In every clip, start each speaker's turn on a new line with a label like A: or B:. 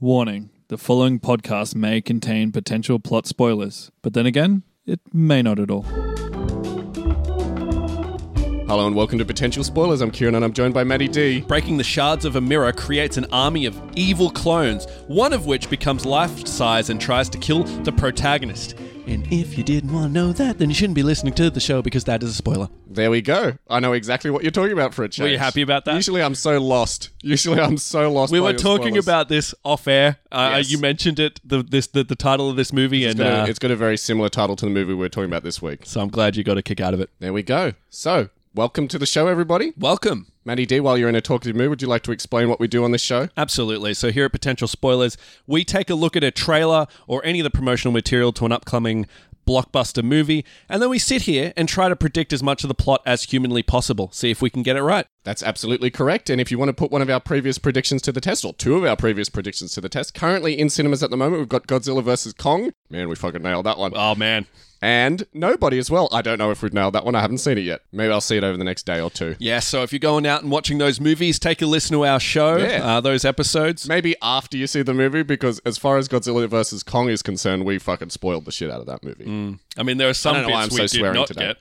A: Warning the following podcast may contain potential plot spoilers, but then again, it may not at all.
B: Hello and welcome to Potential Spoilers. I'm Kieran and I'm joined by Maddie D.
C: Breaking the shards of a mirror creates an army of evil clones, one of which becomes life size and tries to kill the protagonist. And if you didn't want to know that, then you shouldn't be listening to the show because that is a spoiler.
B: There we go. I know exactly what you're talking about for a change.
C: Were you happy about that?
B: Usually I'm so lost. Usually I'm so lost.
C: We
B: by
C: were
B: your
C: talking
B: spoilers.
C: about this off air. Uh,
B: Yes.
C: You mentioned it, the, this, the, the title of this movie,
B: It's
C: and
B: got,
C: uh,
B: a, it's got a very similar title to the movie we were talking about this week.
C: so I'm glad you got a kick out of it.
B: There we go. So, welcome to the show, everybody.
C: Welcome.
B: Maddie D, while you're in a talkative mood, would you like to explain what we do on this show?
C: Absolutely. So here at Potential Spoilers, we take a look at a trailer or any of the promotional material to an upcoming blockbuster movie, and then we sit here and try to predict as much of the plot as humanly possible. See if we can get it right.
B: That's absolutely correct. And if you want to put one of our previous predictions to the test, or two of our previous predictions to the test, currently in cinemas at the moment, we've got Godzilla vs. Kong. Man, we fucking nailed that one.
C: Oh man.
B: And Nobody as well. I don't know if we've nailed that one. I haven't seen it yet. Maybe I'll see it over the next day or two.
C: Yeah, so if you're going out and watching those movies, take a listen to our show,
B: Yeah.
C: uh, those episodes.
B: Maybe after you see the movie, because as far as Godzilla vs. Kong is concerned, we fucking spoiled the shit out of that movie.
C: I mean, there are some
B: I don't know why I'm
C: bits we
B: so
C: did
B: swearing
C: not
B: today.
C: get,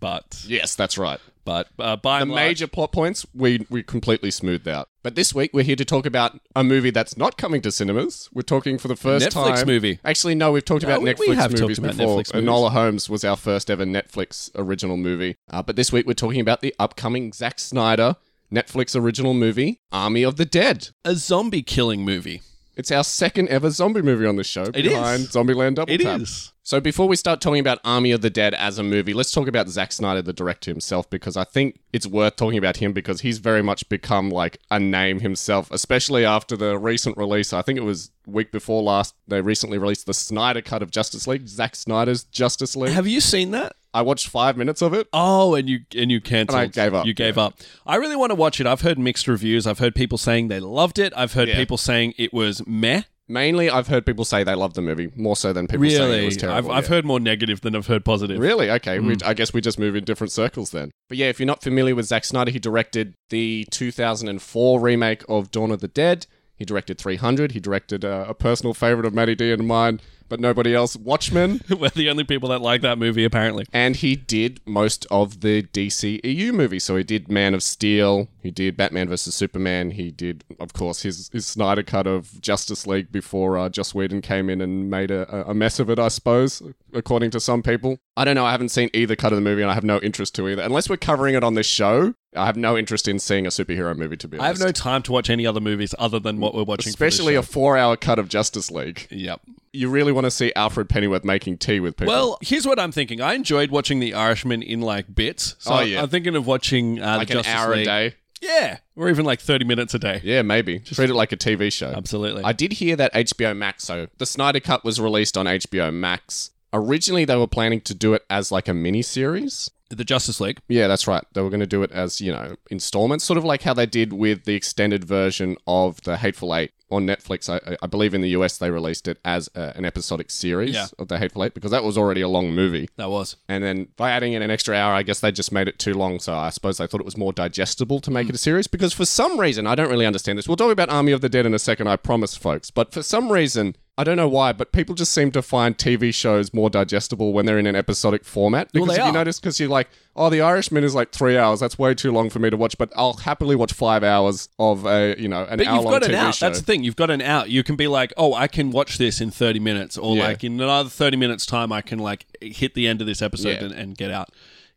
C: but
B: Yes, that's right.
C: but uh, by
B: The
C: and large,
B: major plot points we, we completely smoothed out. But this week we're here to talk about a movie that's not coming to cinemas. We're talking for the first
C: Netflix
B: time.
C: movie.
B: Actually, no, we've talked about
C: we-
B: Netflix
C: we have
B: movies
C: talked about
B: before.
C: Netflix movies.
B: Enola Holmes was our first ever Netflix original movie. Uh, but this week we're talking about the upcoming Zack Snyder Netflix original movie, Army of the Dead.
C: a zombie killing movie.
B: It's our second ever zombie movie on this show
C: is.
B: behind Zombieland Double
C: It
B: Tap.
C: is.
B: So before we start talking about Army of the Dead as a movie, let's talk about Zack Snyder, the director himself, because I think it's worth talking about him because he's very much become like a name himself, especially after the recent release. I think it was week before last. They recently released the Snyder cut of Justice League, Zack Snyder's Justice League.
C: Have you seen that?
B: I watched five minutes of it.
C: Oh, and you and you cancelled.
B: And I gave up,
C: You gave up. I really want to watch it. I've heard mixed reviews. I've heard people saying they loved it. I've heard
B: Yeah.
C: people saying it was meh.
B: Mainly, I've heard people say they love the movie more so than people saying it was terrible.
C: I've, I've
B: yeah.
C: heard more negative than I've heard positive.
B: Really? Okay. We, I guess we just move in different circles then. But yeah, if you're not familiar with Zack Snyder, he directed the 2004 remake of Dawn of the Dead. He directed 300. He directed uh, a personal favorite of Matty D and mine, but nobody else, Watchmen.
C: We're the only people that like that movie, apparently.
B: And he did most of the DCEU movies. So he did Man of Steel, he did Batman vs. Superman, he did, of course, his, his Snyder cut of Justice League before uh, Joss Whedon came in and made a, a mess of it, I suppose, according to some people. I don't know, I haven't seen either cut of the movie and I have no interest to either. Unless we're covering it on this show, I have no interest in seeing a superhero movie, to be
C: I have
B: honest.
C: no time to watch any other movies other than what we're watching.
B: Especially
C: for
B: a
C: this
B: four hour cut of Justice League.
C: show. yep.
B: You really want to see Alfred Pennyworth making tea with people.
C: Well, here's what I'm thinking. I enjoyed watching The Irishman in like bits. So
B: Oh, yeah.
C: I'm thinking of watching uh,
B: like an
C: the Justice
B: hour
C: League.
B: a day.
C: Yeah, or even like 30 minutes a day.
B: Yeah, maybe. Treat it like a TV show.
C: Absolutely.
B: I did hear that HBO Max, so the Snyder Cut was released on HBO Max. Originally, they were planning to do it as like a mini series.
C: the Justice League.
B: Yeah, that's right. They were going to do it as, you know, installments, sort of like how they did with the extended version of The Hateful Eight on Netflix. I- I, I believe in the US they released it as a, an episodic series
C: Yeah.
B: of The Hateful Eight because that was already a long movie.
C: That was.
B: And then by adding in an extra hour, I guess they just made it too long. So I suppose they thought it was more digestible to make it a series because for some reason, I don't really understand this. We'll talk about Army of the Dead in a second, I promise, folks. But for some reason, I don't know why, but people just seem to find TV shows more digestible when they're in an episodic format. Because
C: they
B: if you
C: are.
B: notice, because you're like, oh, The Irishman is like three hours. That's way too long for me to watch, but I'll happily watch five hours of a, you know, an
C: But
B: hour
C: you've
B: long
C: got
B: TV
C: an out.
B: show.
C: That's the thing. You've got an out. You can be like, oh, I can watch this in 30 minutes, or
B: Yeah.
C: like in another 30 minutes' time, I can like hit the end of this episode
B: Yeah.
C: and, and get out.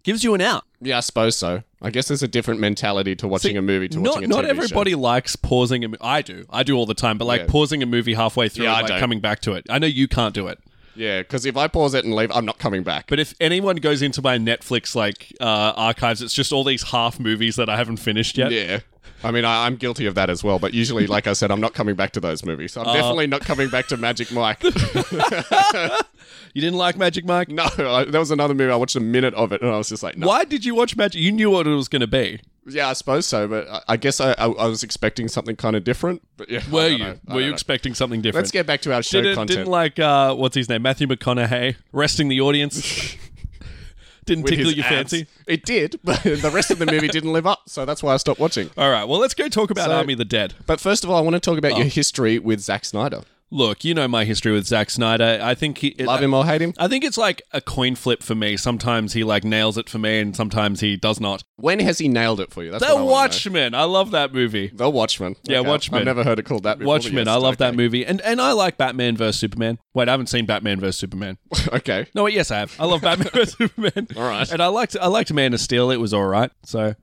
C: Gives you an out.
B: yeah, I suppose so. I guess there's a different mentality to watching a movie to
C: not
B: watching a
C: not
B: TV show.
C: everybody likes pausing a mo- I do. I do all the time, but like
B: Yeah.
C: pausing a movie halfway through
B: Yeah, I
C: and
B: don't.
C: like coming back to it. I know you can't do it.
B: Yeah, because if I pause it and leave, I'm not coming back.
C: But if anyone goes into my Netflix like uh, archives, it's just all these half movies that I haven't finished yet.
B: Yeah. I mean, I, I'm guilty of that as well. But usually, like I said, I'm not coming back to those movies.
C: Uh,
B: I'm definitely not coming back to Magic Mike.
C: You didn't like Magic Mike?
B: no, I, there was another movie. I watched a minute of it and I was just like, no.
C: Why did you watch Magic? You knew what it was going to be.
B: Yeah, I suppose so. But I, I guess I, I, I was expecting something kind of different. But yeah. I
C: Were
B: don't know.
C: you?
B: I
C: Were
B: don't
C: you
B: know.
C: expecting something different?
B: Let's get back to our show
C: didn't,
B: content.
C: didn't like uh, what's his name, Matthew McConaughey, resting the audience. Didn't
B: with
C: tickle
B: his
C: your
B: abs.
C: fancy.
B: It did, but the rest of the movie didn't live up, so that's why I stopped watching.
C: All right, well, let's go talk about
B: So-
C: Army of the Dead.
B: But first of all, I want to talk about
C: Oh.
B: your history with Zack Snyder.
C: Look, you know my history with Zack Snyder. I think he.
B: Love him or hate him.
C: I think it's like a coin flip for me. Sometimes he like nails it for me, and sometimes he does not.
B: When has he nailed it for you? That's
C: The
B: what I wanna know.
C: Watchmen. I love that movie.
B: The Watchman.
C: Yeah, Watchmen.
B: I've never heard it called that before. but
C: Watchmen.
B: yes,
C: I love that
B: okay.
C: movie, and and I like Batman vs Superman. Wait, I haven't seen Batman vs Superman.
B: okay.
C: No, wait, yes, I have. I love Batman vs Superman.
B: All right.
C: and I liked I liked Man of Steel. It was all right. So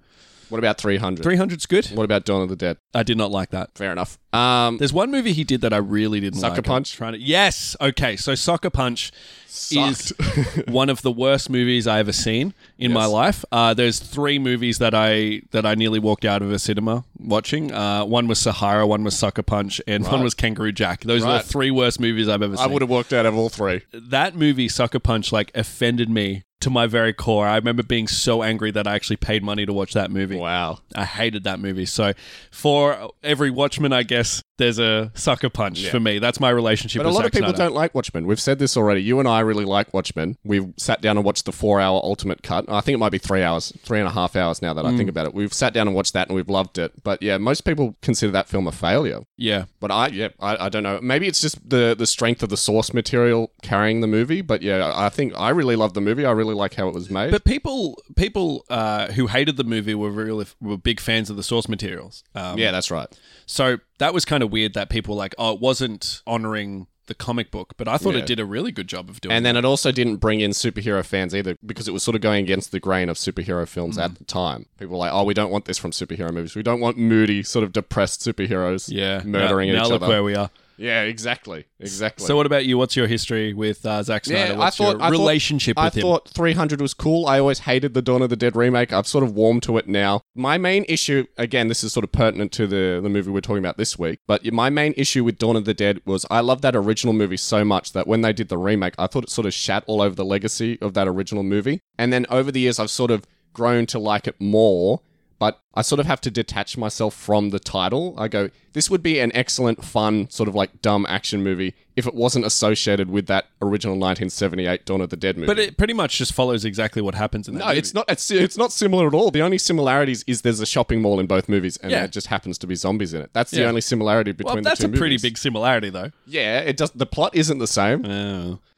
B: What about 300?
C: 300's good.
B: What about Dawn of the Dead?
C: I did not like that.
B: Fair enough. Um,
C: There's one movie he did that I really didn't
B: Sucker
C: like. I'm
B: Punch?
C: Trying to yes. Okay. So Sucker Punch
B: Sucked.
C: is one of the worst movies I ever seen in my life. Uh, there's three movies that I that I nearly walked out of a cinema watching. Uh, one was Sahara, one was Sucker Punch, and one was Kangaroo Jack. Those are
B: Right.
C: the three worst movies I've ever
B: I
C: seen.
B: would have walked out of all three.
C: that movie Sucker Punch like offended me to my very core. I remember being so angry that I actually paid money to watch that movie.
B: Wow.
C: I hated that movie. So for every Watchman, I guess there's a sucker punch for me. That's my relationship.
B: But a
C: with
B: lot
C: Zack
B: of people
C: Snyder.
B: don't like Watchmen. We've said this already. You and I really like Watchmen. We've sat down and watched the four hour ultimate cut. I think it might be three hours, three and a half hours now that I think about it. We've sat down and watched that and we've loved it. But yeah, most people consider that film a failure.
C: Yeah,
B: But I, yeah, I, I don't know. Maybe it's just the the strength of the source material carrying the movie. But yeah, I think I really love the movie. I really like how it was made.
C: but people people uh, who hated the movie were really were big fans of the source materials. Um,
B: yeah, that's right.
C: So that was kind of weird that people were like, oh, it wasn't honoring the comic book, but I thought
B: Yeah.
C: it did a really good job of doing.
B: And
C: that.
B: then it also didn't bring in superhero fans either because it was sort of going against the grain of superhero films
C: Mm.
B: at the time. People were like, oh, we don't want this from superhero movies. We don't want moody, sort of depressed superheroes
C: yeah,
B: murdering
C: now, now
B: each
C: look
B: other.
C: where we are.
B: Yeah, exactly. Exactly.
C: So what about you? What's your history with uh, Zack Snyder?
B: Yeah,
C: What's your relationship
B: I
C: with him?
B: thought 300 was cool. I always hated the Dawn of the Dead remake. I've sort of warmed to it now. My main issue, again, this is sort of pertinent to the, the movie we're talking about this week, but my main issue with Dawn of the Dead was I love that original movie so much that when they did the remake, I thought it sort of shat all over the legacy of that original movie. And then over the years, I've sort of grown to like it more. But I sort of have to detach myself from the title. I go, this would be an excellent, fun, sort of like dumb action movie if it wasn't associated with that original 1978 Dawn of the Dead movie.
C: but it pretty much just follows exactly what happens in that
B: no,
C: movie.
B: it's not. It's, it's not similar at all. The only similarities is there's a shopping mall in both movies, and
C: Yeah.
B: there just happens to be zombies in it. That's the
C: Yeah.
B: only similarity between
C: Well,
B: the
C: that's
B: two
C: a
B: movies.
C: pretty big similarity, though.
B: Yeah, it does. The plot isn't the same.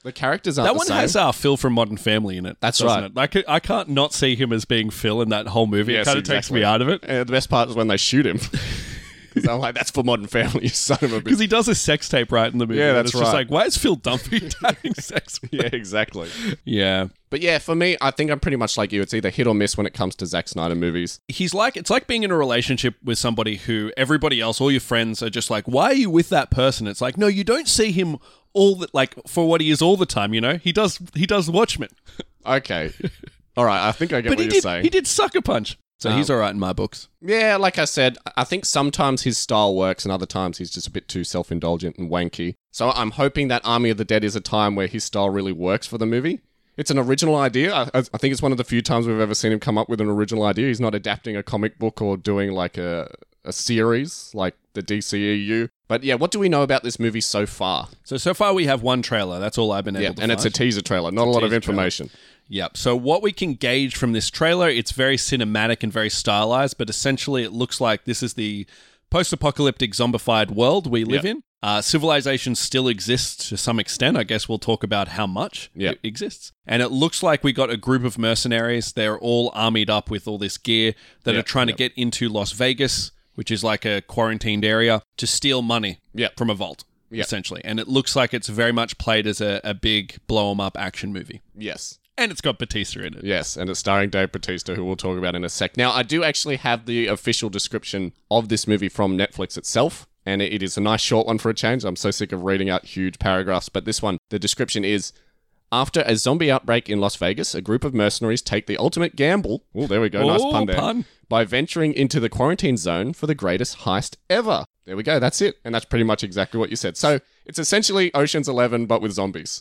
B: The characters aren't
C: That
B: the
C: one
B: same.
C: has uh, Phil from Modern Family in it.
B: That's
C: doesn't
B: right.
C: It? Like, I can't not see him as being Phil in that whole movie.
B: Yes,
C: it kind of takes
B: exactly.
C: me out of it
B: Uh, the best part is when they shoot him. 'Cause I'm like, that's for Modern Family, you son of a bitch.
C: because he does a sex tape right in the movie.
B: Yeah,
C: and
B: that's
C: it's Just
B: right.
C: like, why is Phil Dumpy having sex? With
B: Yeah, exactly.
C: yeah,
B: But yeah, for me, I think I'm pretty much like you. It's either hit or miss when it comes to Zack Snyder movies.
C: he's like it's like being in a relationship with somebody who everybody else all your friends are just like why are you with that person it's like no you don't see him all that like for what he is all the time you know he does he does watchmen
B: Okay. All right, I think I get
C: but
B: what
C: he
B: you're
C: did
B: saying.
C: he did sucker punch Um, so he's all right in my books
B: Yeah, like I said, I think sometimes his style works and other times he's just a bit too self indulgent and wanky. So I'm hoping that Army of the Dead is a time where his style really works for the movie. It's an original idea. I, I I think it's one of the few times we've ever seen him come up with an original idea. He's not adapting a comic book or doing like a, a series like the DCEU. But yeah, what do we know about this movie so far?
C: so so far we have one trailer that's all i've been able
B: Yeah,
C: to
B: and it's a
C: find.
B: teaser trailer, not a lot of
C: teaser trailer.
B: information.
C: Yep. So what we can gauge from this trailer, it's very cinematic and very stylized, but essentially it looks like this is the post-apocalyptic zombified world we live in. Uh, civilization still exists to some extent. I guess we'll talk about how much
B: Yeah.
C: it exists. And it looks like we got a group of mercenaries. They're all armied up with all this gear that
B: Yeah,
C: are trying
B: yeah.
C: to get into Las Vegas, which is like a quarantined area, to steal money
B: Yeah.
C: from a vault,
B: Yeah.
C: essentially. And it looks like it's very much played as a, a big blow 'em up action movie.
B: Yes.
C: And it's got Batista in it.
B: Yes, and it's starring Dave Bautista, who we'll talk about in a sec. Now, I do actually have the official description of this movie from Netflix itself, and it is a nice short one for a change. I'm so sick of reading out huge paragraphs, but this one, the description is. After a zombie outbreak in Las Vegas, a group of mercenaries take the ultimate gamble. Oh, there we go. nice
C: Oh,
B: pun there.
C: pun.
B: By venturing into the quarantine zone for the greatest heist ever. There we go. That's it. And that's pretty much exactly what you said. So it's essentially Ocean's Eleven, but with zombies.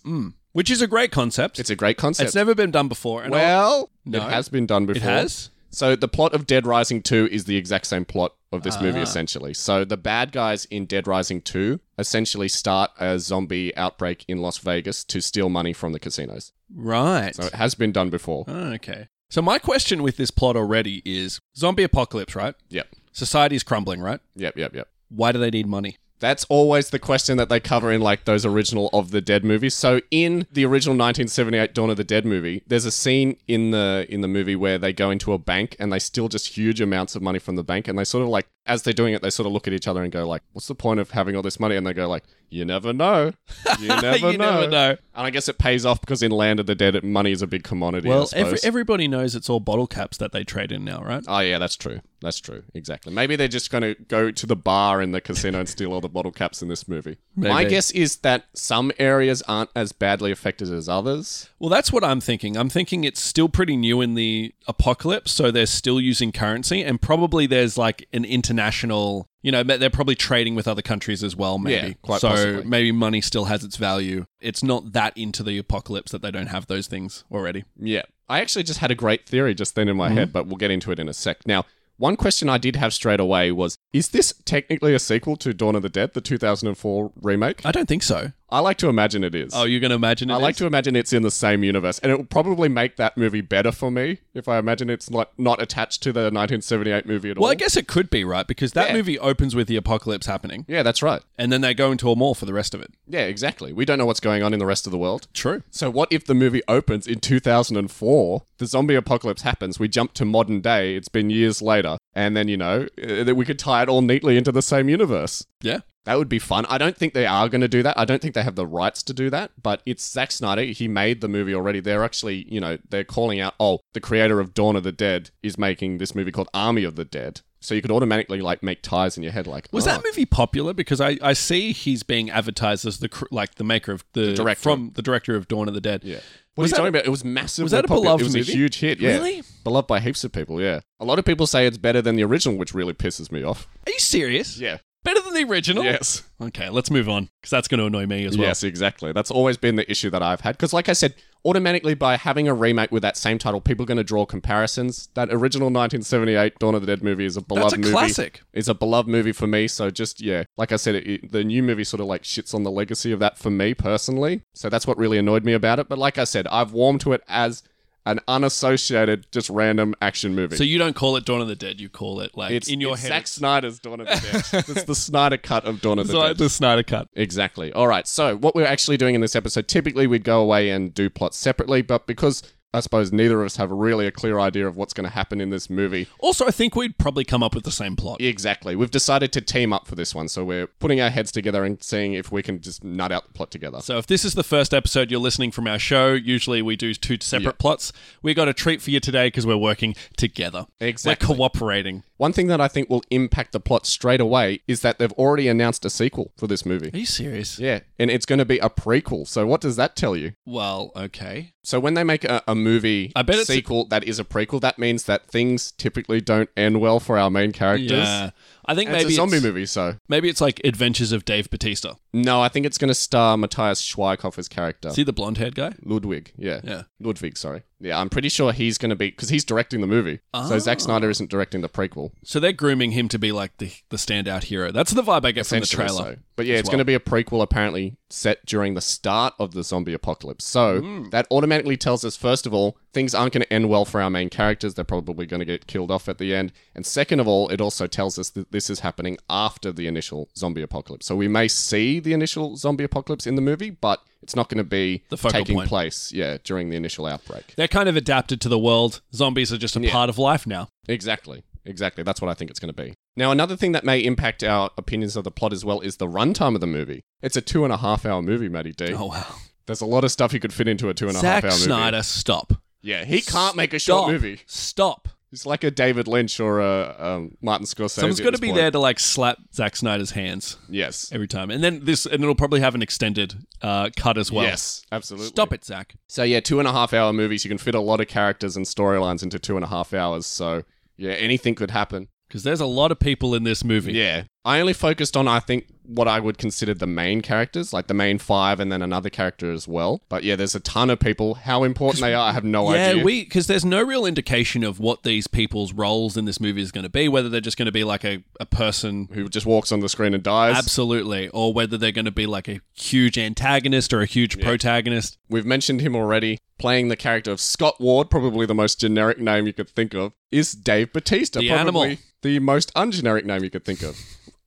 C: which is a great concept. It's,
B: It's a great concept.
C: never been done before. And I'll-
B: well,
C: No.
B: it has been done before.
C: it has.
B: So the plot of Dead Rising 2 is the exact same plot of this movie essentially. So the bad guys in Dead Rising 2 essentially start a zombie outbreak in Las Vegas to steal money from the casinos.
C: Right.
B: So it has been done before.
C: Oh, okay. So my question with this plot already is zombie apocalypse, right?
B: Yep.
C: Society's crumbling, right?
B: Yep, yep, yep.
C: Why do they need money?
B: That's always the question that they cover in like those original of the Dead movies. So in the original 1978 Dawn of the Dead movie, there's a scene in the in the movie where they go into a bank and they steal just huge amounts of money from the bank and they sort of like as they're doing it they sort of look at each other and go like, "What's the point of having all this money?" and they go like, "You never know. You never,
C: You
B: know.
C: never know.
B: And I guess it pays off because in Land of the Dead, it- money is a big commodity. I
C: well,
B: suppose.
C: every, everybody knows it's all bottle caps that they trade in now, right?
B: Oh yeah, that's true. That's true. Exactly. Maybe they're just going to go to the bar in the casino and steal all the bottle caps in this movie. My
C: Maybe.
B: guess is that some areas aren't as badly affected as others.
C: Well, that's what I'm thinking. I'm thinking it's still pretty new in the apocalypse, so they're still using currency, and probably there's like an international, you know, they're probably trading with other countries as well, maybe.
B: Yeah, quite
C: so
B: possibly.
C: maybe money still has its value. It's not that into the apocalypse that they don't have those things already.
B: Yeah. I actually just had a great theory just then in
C: Mm-hmm.
B: my head, but we'll get into it in a sec. Now, one question I did have straight away was Is this technically a sequel to Dawn of the Dead, the 2004 remake?
C: I don't think so.
B: I like to imagine it is.
C: Oh, you're going to imagine it?
B: I like
C: is?
B: to imagine it's in the same universe, and it will probably make that movie better for me if I imagine it's not, not attached to the 1978 movie at all.
C: Well, I guess it could be, right? Because that
B: Yeah.
C: movie opens with the apocalypse happening,
B: Yeah, that's right.
C: and then they go into a mall for the rest of it.
B: Yeah, exactly. We don't know what's going on in the rest of the world.
C: True.
B: So, what if the movie opens in 2004? The zombie apocalypse happens. We jump to modern day. It's been years later. And then, you know, uh, that we could tie it all neatly into the same universe.
C: Yeah.
B: That would be fun. I don't think they are going to do that. I don't think they have the rights to do that, but it's Zack Snyder. He made the movie already. They're actually, you know, they're calling out, oh, the creator of Dawn of the Dead is making this movie called Army of the Dead. So you could automatically, like, make ties in your head, like,
C: Was
B: oh.
C: that movie popular? Because I, I see he's being advertised as the cr- like the maker of the,
B: director.
C: from the director of Dawn of the Dead.
B: Yeah. What are you
C: Was that-
B: talking about? It was massive.
C: was that a
B: popular.
C: beloved
B: It was
C: movie?
B: a huge hit. Yeah.
C: Really?
B: Beloved by heaps of people. Yeah. A lot of people say it's better than the original, which really pisses me off.
C: Are you serious?
B: Yeah.
C: Better than the original?
B: Yes.
C: Okay, let's move on because that's going to annoy me as well.
B: Yes, exactly. That's always been the issue that I've had. Because, like I said, automatically by having a remake with that same title, people are going to draw comparisons. That original 1978 Dawn of the Dead movie is a beloved
C: That's a
B: movie.
C: classic.
B: It's a beloved movie for me. So, just, yeah, like I said, it, it- the new movie sort of like shits on the legacy of that for me personally. So, that's what really annoyed me about it. But, like I said, I've warmed to it as an unassociated, just random action movie.
C: So you don't call it Dawn of the Dead, you call it like
B: it's
C: in your
B: it's
C: head.
B: Zack Snyder's Dawn of the Dead. it's the Snyder cut of Dawn of
C: it's
B: the
C: like
B: Dead.
C: the Snyder cut.
B: Exactly. All right. So, what we're actually doing in this episode, typically we'd go away and do plots separately, but because I suppose neither of us have really a clear idea of what's going to happen in this movie,
C: Also, I think we'd probably come up with the same plot.
B: exactly, we've decided to team up for this one. So, we're putting our heads together and seeing if we can just nut out the plot together.
C: So if this is the first episode you're listening from our show, usually we do two separate plots. We got a treat for you today because we're working together.
B: Exactly.
C: We're cooperating.
B: One thing that I think will impact the plot straight away is that they've already announced a sequel for this movie.
C: Are you serious?
B: Yeah, and it's going to be a prequel. So, what does that tell you?
C: Well, okay.
B: So when they make a, a movie
C: I bet it's a-
B: sequel that is a prequel, that means that things typically don't end well for our main characters.
C: Yeah. I think
B: And
C: maybe
B: it's a zombie
C: it's,
B: movie, so
C: maybe it's like Adventures of Dave Batista.
B: no, I think it's going to star Matthias Schweighöfer's character.
C: See the blonde haired guy?
B: Ludwig, yeah.
C: Yeah.
B: Ludwig, sorry. Yeah, I'm pretty sure he's going to be because he's directing the movie. So
C: Ah.
B: Zack Snyder isn't directing the prequel.
C: So they're grooming him to be like the the standout hero. That's the vibe I get from the
B: Essentially
C: trailer.
B: so. But yeah,
C: as
B: it's
C: well.
B: going to be a prequel apparently set during the start of the zombie apocalypse. So
C: Hmm.
B: that automatically tells us, first of all, things aren't going to end well for our main characters. They're probably going to get killed off at the end. And second of all, it also tells us that this is happening after the initial zombie apocalypse. So we may see the initial zombie apocalypse in the movie, but it's not going to be
C: The focal
B: taking
C: point.
B: place, yeah, during the initial outbreak.
C: They're kind of adapted to the world. Zombies are just a part of life now.
B: Exactly. Exactly. That's what I think it's going to be. Now, another thing that may impact our opinions of the plot as well is the runtime of the movie. It's a two and a half hour movie, Matty D.
C: Oh wow.
B: There's a lot of stuff you could fit into a two and a half
C: Zack
B: hour movie.
C: Snyder, stop.
B: Yeah, he can't make a
C: Stop.
B: short movie.
C: Stop.
B: He's like a David Lynch or a um, Martin Scorsese.
C: Someone's
B: at
C: got to
B: this
C: be
B: point.
C: there to like slap Zack Snyder's hands
B: Yes.
C: every time, and then this, and it'll probably have an extended uh, cut as well.
B: Yes, absolutely.
C: Stop it, Zack.
B: So yeah, two and a half hour movies. You can fit a lot of characters and storylines into two and a half hours. So yeah, anything could happen.
C: Because there's a lot of people in this movie.
B: Yeah, I only focused on I think what I would consider the main characters, like the main five, and then another character as well. But yeah, there's a ton of people. How important they are, I have no
C: yeah,
B: idea.
C: we because there's no real indication of what these people's roles in this movie is going to be. Whether they're just going to be like a, a person,
B: Who just walks on the screen and dies?
C: absolutely, or whether they're going to be like a huge antagonist or a huge protagonist.
B: We've mentioned him already. Playing the character of Scott Ward, probably the most generic name you could think of, is Dave Batista. probably
C: The animal.
B: the most ungeneric name you could think of.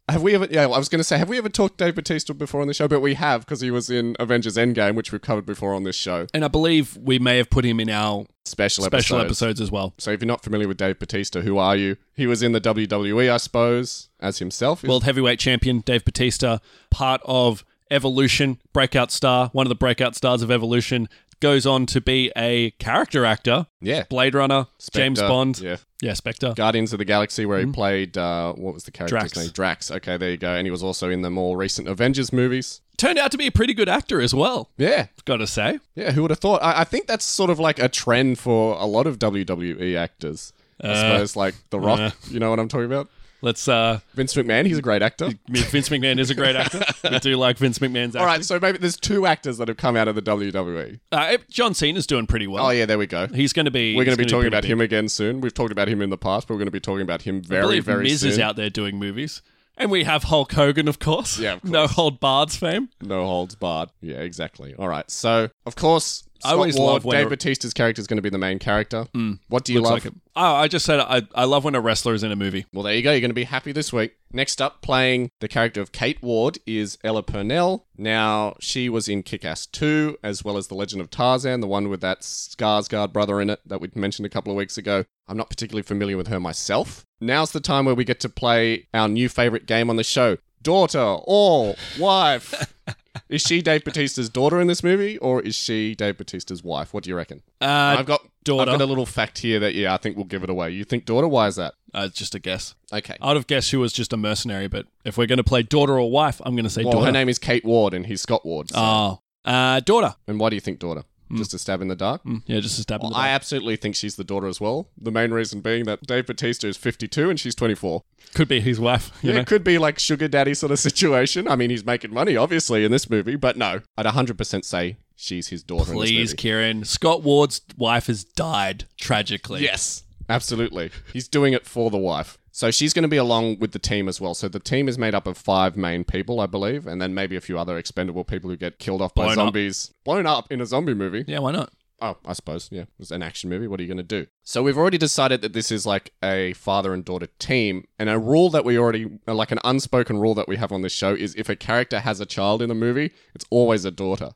B: Have we ever? Yeah, I was going to say, have we ever talked Dave Batista before on the show? But we have because he was in Avengers Endgame, which we've covered before on this show.
C: And I believe we may have put him in our
B: Special,
C: special
B: episodes.
C: episodes as well.
B: So if you're not familiar with Dave Batista, who are you? He was in the WWE, I suppose, as himself.
C: World heavyweight champion Dave Batista, part of Evolution, breakout star, one of the breakout stars of Evolution, goes on to be a character actor,
B: yeah.
C: Blade Runner, James
B: Spectre,
C: Bond, yeah,
B: Yeah.
C: Spectre.
B: Guardians of the Galaxy, where he played, uh, what was the character's
C: Drax.
B: name? Drax. Okay, there you go. And he was also in the more recent Avengers movies.
C: Turned out to be a pretty good actor as well.
B: Yeah.
C: Got to say,
B: Yeah, who would have thought? I, I think that's sort of like a trend for a lot of WWE actors. I suppose, like The Rock.
C: uh.
B: you know what I'm talking about?
C: let's uh,
B: Vince McMahon, he's a great actor.
C: I mean, Vince McMahon is a great actor. we do like Vince McMahon's acting.
B: All right, so maybe there's two actors that have come out of the WWE.
C: Uh, John Cena's doing pretty well.
B: Oh, yeah, there we go.
C: He's going to be.
B: We're going
C: he's
B: to be talking
C: pretty
B: about
C: big.
B: him again soon. We've talked about him in the past, but we're going to be talking about him
C: I
B: very,
C: believe
B: very
C: Miz is
B: soon.
C: out there doing movies, and we have Hulk Hogan, of course.
B: Yeah, of course.
C: no hold bards fame.
B: No holds barred. Yeah, exactly. All right. So, of course,
C: I
B: Scott
C: always
B: Ward,
C: love when
B: Dave
C: a- Hmm.
B: Batista's character is going to be the main character. What do you love?
C: Like, oh, I just said I, I love when a wrestler is in a movie.
B: Well, there you go. You're going to be happy this week. Next up, playing the character of Kate Ward is Ella Purnell. Now, she was in Kick Ass 2, as well as The Legend of Tarzan, the one with that Skarsgård brother in it that we mentioned a couple of weeks ago. I'm not particularly familiar with her myself. Now's the time where we get to play our new favorite game on the show daughter or wife. is she Dave Batista's daughter in this movie, or is she Dave Batista's wife? What do you reckon?
C: Uh,
B: I've got.
C: daughter.
B: I've got a little fact here that, yeah, I think we'll give it away. You think daughter? Why is that?
C: uh, it's just a guess.
B: Okay.
C: I would have guessed she was just a mercenary, but if we're going to play daughter or wife, I'm going to say
B: Well,
C: daughter.
B: her name is Kate Ward, and he's Scott Ward. so-
C: oh, uh, daughter.
B: And why do you think daughter? Just a stab in the dark?
C: Mm, Yeah, just a stab in
B: Well,
C: the
B: I
C: dark.
B: absolutely think she's the daughter as well. The main reason being that Dave Batista is 52 and she's 24.
C: Could be his wife. You
B: Yeah,
C: know?
B: it could be like sugar daddy sort of situation. I mean, he's making money, obviously, in this movie, but no, I'd 100% say she's his daughter. in this
C: Please,
B: movie.
C: Kieran. Scott Ward's wife has died tragically.
B: Yes, absolutely. He's doing it for the wife. So she's going to be along with the team as well. So the team is made up of five main people, I believe, and then maybe a few other expendable people who get killed off by
C: Blown up.
B: zombies, blown up in a zombie movie.
C: Yeah, why not?
B: Oh, I suppose, yeah. It's an action movie. What are you going to do? So we've already decided that this is like a father and daughter team. And a rule that we already, uh, like an unspoken rule that we have on this show is if a character has a child in a movie, it's always a daughter.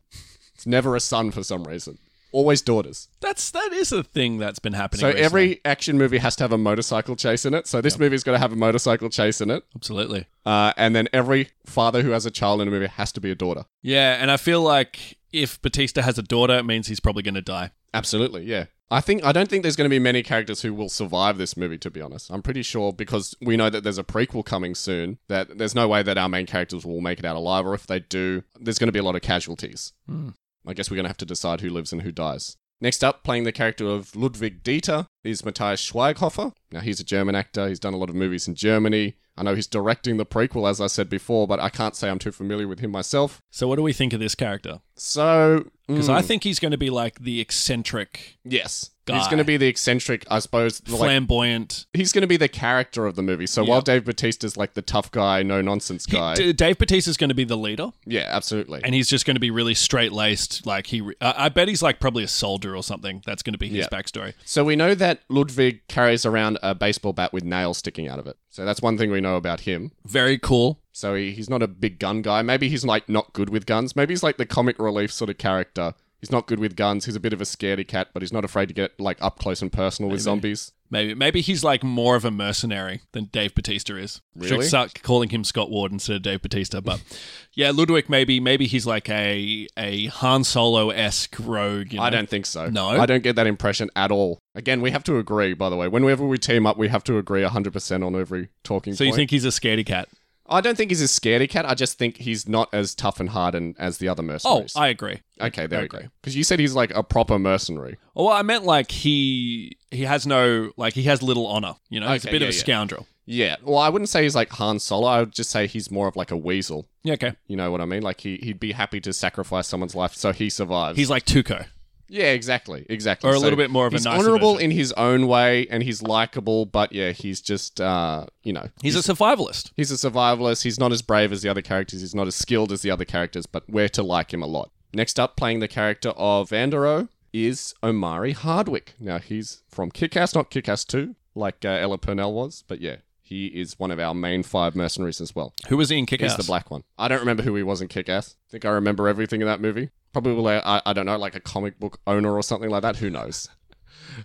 B: It's never a son for some reason. Always daughters.
C: That's that is a thing that's been happening.
B: So
C: recently.
B: every action movie has to have a motorcycle chase in it. So this movie's got to have a motorcycle chase in it.
C: absolutely.
B: Uh, and then every father who has a child in a movie has to be a daughter.
C: Yeah, and I feel like if Batista has a daughter, it means he's probably going to die.
B: Absolutely, yeah. I think I don't think there's going to be many characters who will survive this movie. To be honest, I'm pretty sure because we know that there's a prequel coming soon. That there's no way that our main characters will make it out alive, or if they do, there's going to be a lot of casualties.
C: Hmm.
B: I guess we're going to have to decide who lives and who dies. Next up, playing the character of Ludwig Dieter is Matthias Schweighofer. Now he's a German actor. He's done a lot of movies in Germany. I know he's directing the prequel, as I said before, but I can't say I'm too familiar with him myself.
C: So what do we think of this character?
B: So, mm,
C: Because
B: Hmm.
C: I think he's going to be like the eccentric,
B: yes, he's
C: Guy.
B: going to be the eccentric, I suppose, the, like
C: flamboyant.
B: he's going to be the character of the movie. So while Dave Batista's like the tough guy, no nonsense
C: He-
B: guy.
C: D- Dave Batista's going to be the leader,
B: yeah, absolutely.
C: and he's just going to be really straight laced. Like he, re- I I bet he's like probably a soldier or something. That's going to be his
B: Yeah.
C: backstory.
B: so we know that Ludwig carries around a baseball bat with nails sticking out of it. So that's one thing we know about him.
C: Very cool.
B: So he, he's not a big gun guy. Maybe he's like not good with guns. Maybe he's like the comic relief sort of character. He's not good with guns. He's a bit of a scaredy cat, but he's not afraid to get like up close and personal with zombies.
C: Maybe maybe he's like more of a mercenary than Dave Batista is.
B: Really?
C: Should start calling him Scott Ward instead of Dave Batista. But yeah, Ludwig maybe maybe he's like a a Han Solo esque rogue. You know?
B: I don't think so.
C: No.
B: I don't get that impression at all. Again, we have to agree, by the way. Whenever we team up, we have to agree 100% on every talking
C: So
B: point.
C: you think he's a scaredy cat?
B: I don't think he's a scaredy cat. I just think he's not as tough and hardened as the other
C: Oh,
B: mercenaries.
C: I agree.
B: okay, there
C: I
B: we go.
C: agree.
B: Because you said he's like a proper mercenary.
C: Well, I meant like he he has no like he has little honor. You know, he's a
B: Okay,
C: bit of
B: yeah,
C: a
B: yeah.
C: scoundrel.
B: Yeah. Well, I wouldn't say he's like Han Solo. I would just say he's more of like a weasel.
C: Yeah, okay.
B: You know what I mean? Like he he'd be happy to sacrifice someone's life so he survives.
C: He's like Tuco.
B: yeah, exactly, exactly.
C: Or a little bit more of a
B: he's
C: nicer
B: honorable
C: version.
B: in his own way, and he's likable. But yeah, he's just uh, you know,
C: He's a survivalist.
B: he's a survivalist. He's not as brave as the other characters. He's not as skilled as the other characters, but we're to like him a lot. Next up, playing the character of Vandero is Omari Hardwick. Now, he's from Kick-Ass, not Kick-Ass 2, like uh, Ella Purnell was, but yeah, he is one of our main five mercenaries as well.
C: Who was he in
B: He's
C: Kick-Ass?
B: the black one. I don't remember who he was in Kick-Ass. I think I remember everything in that movie. Probably, uh, I, I don't know, like a comic book owner or something like that. Who knows?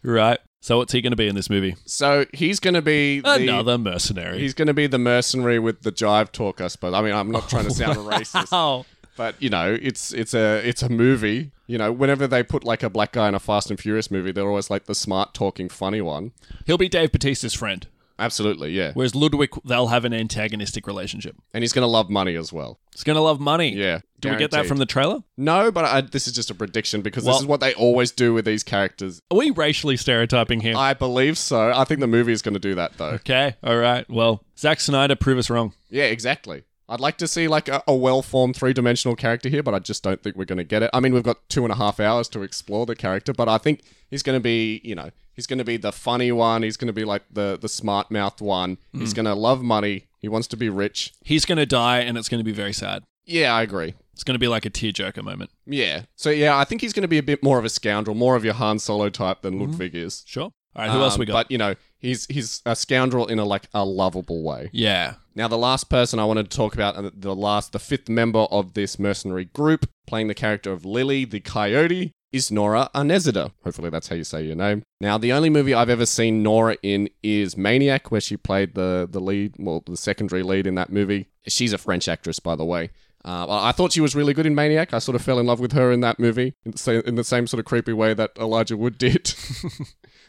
C: Right. So what's he going to be in this movie?
B: So he's going to be the-
C: Another mercenary.
B: He's going to be the mercenary with the jive talk, I suppose. I mean, I'm not trying to sound racist,
C: oh.
B: but you know, it's it's a it's a movie. You know, whenever they put like a black guy in a Fast and Furious movie, they're always like the smart talking funny one.
C: He'll be Dave Batista's friend.
B: Absolutely, yeah.
C: Whereas Ludwig, they'll have an antagonistic relationship.
B: And he's going to love money as well.
C: He's going to love money.
B: Yeah.
C: Do we get that
B: guaranteed.
C: from the trailer?
B: No, but I, this is just a prediction because
C: Well-
B: this is what they always do with these characters.
C: Are we racially stereotyping here?
B: I believe so. I think the movie is going to do that though.
C: okay. All right. Well, Zack Snyder, prove us wrong.
B: Yeah, exactly. I'd like to see like a, a well-formed three-dimensional character here, but I just don't think we're going to get it. I mean, we've got two and a half hours to explore the character, but I think he's going to be, you know, he's going to be the funny one. He's going to be like the the smart mouthed one. He's
C: Hmm.
B: going to love money. He wants to be rich.
C: He's going to die, and it's going to be very sad.
B: Yeah, I agree.
C: It's going to be like a tearjerker moment.
B: Yeah. So yeah, I think he's going to be a bit more of a scoundrel, more of your Han Solo type than Ludwig is.
C: Sure. All right. Hmm. Who else
B: Um,
C: we got?
B: But you know, he's he's a scoundrel in a like a lovable way.
C: yeah.
B: Now, the last person I wanted to talk about, uh, the last, the fifth member of this mercenary group, playing the character of Lily the Coyote, is Nora Anezida. Hopefully, that's how you say your name. Now, the only movie I've ever seen Nora in is Maniac, where she played the the lead, well, the secondary lead in that movie. She's a French actress, by the way. Uh, I I thought she was really good in Maniac. I sort of fell in love with her in that movie, in the same, in the same sort of creepy way that Elijah Wood did.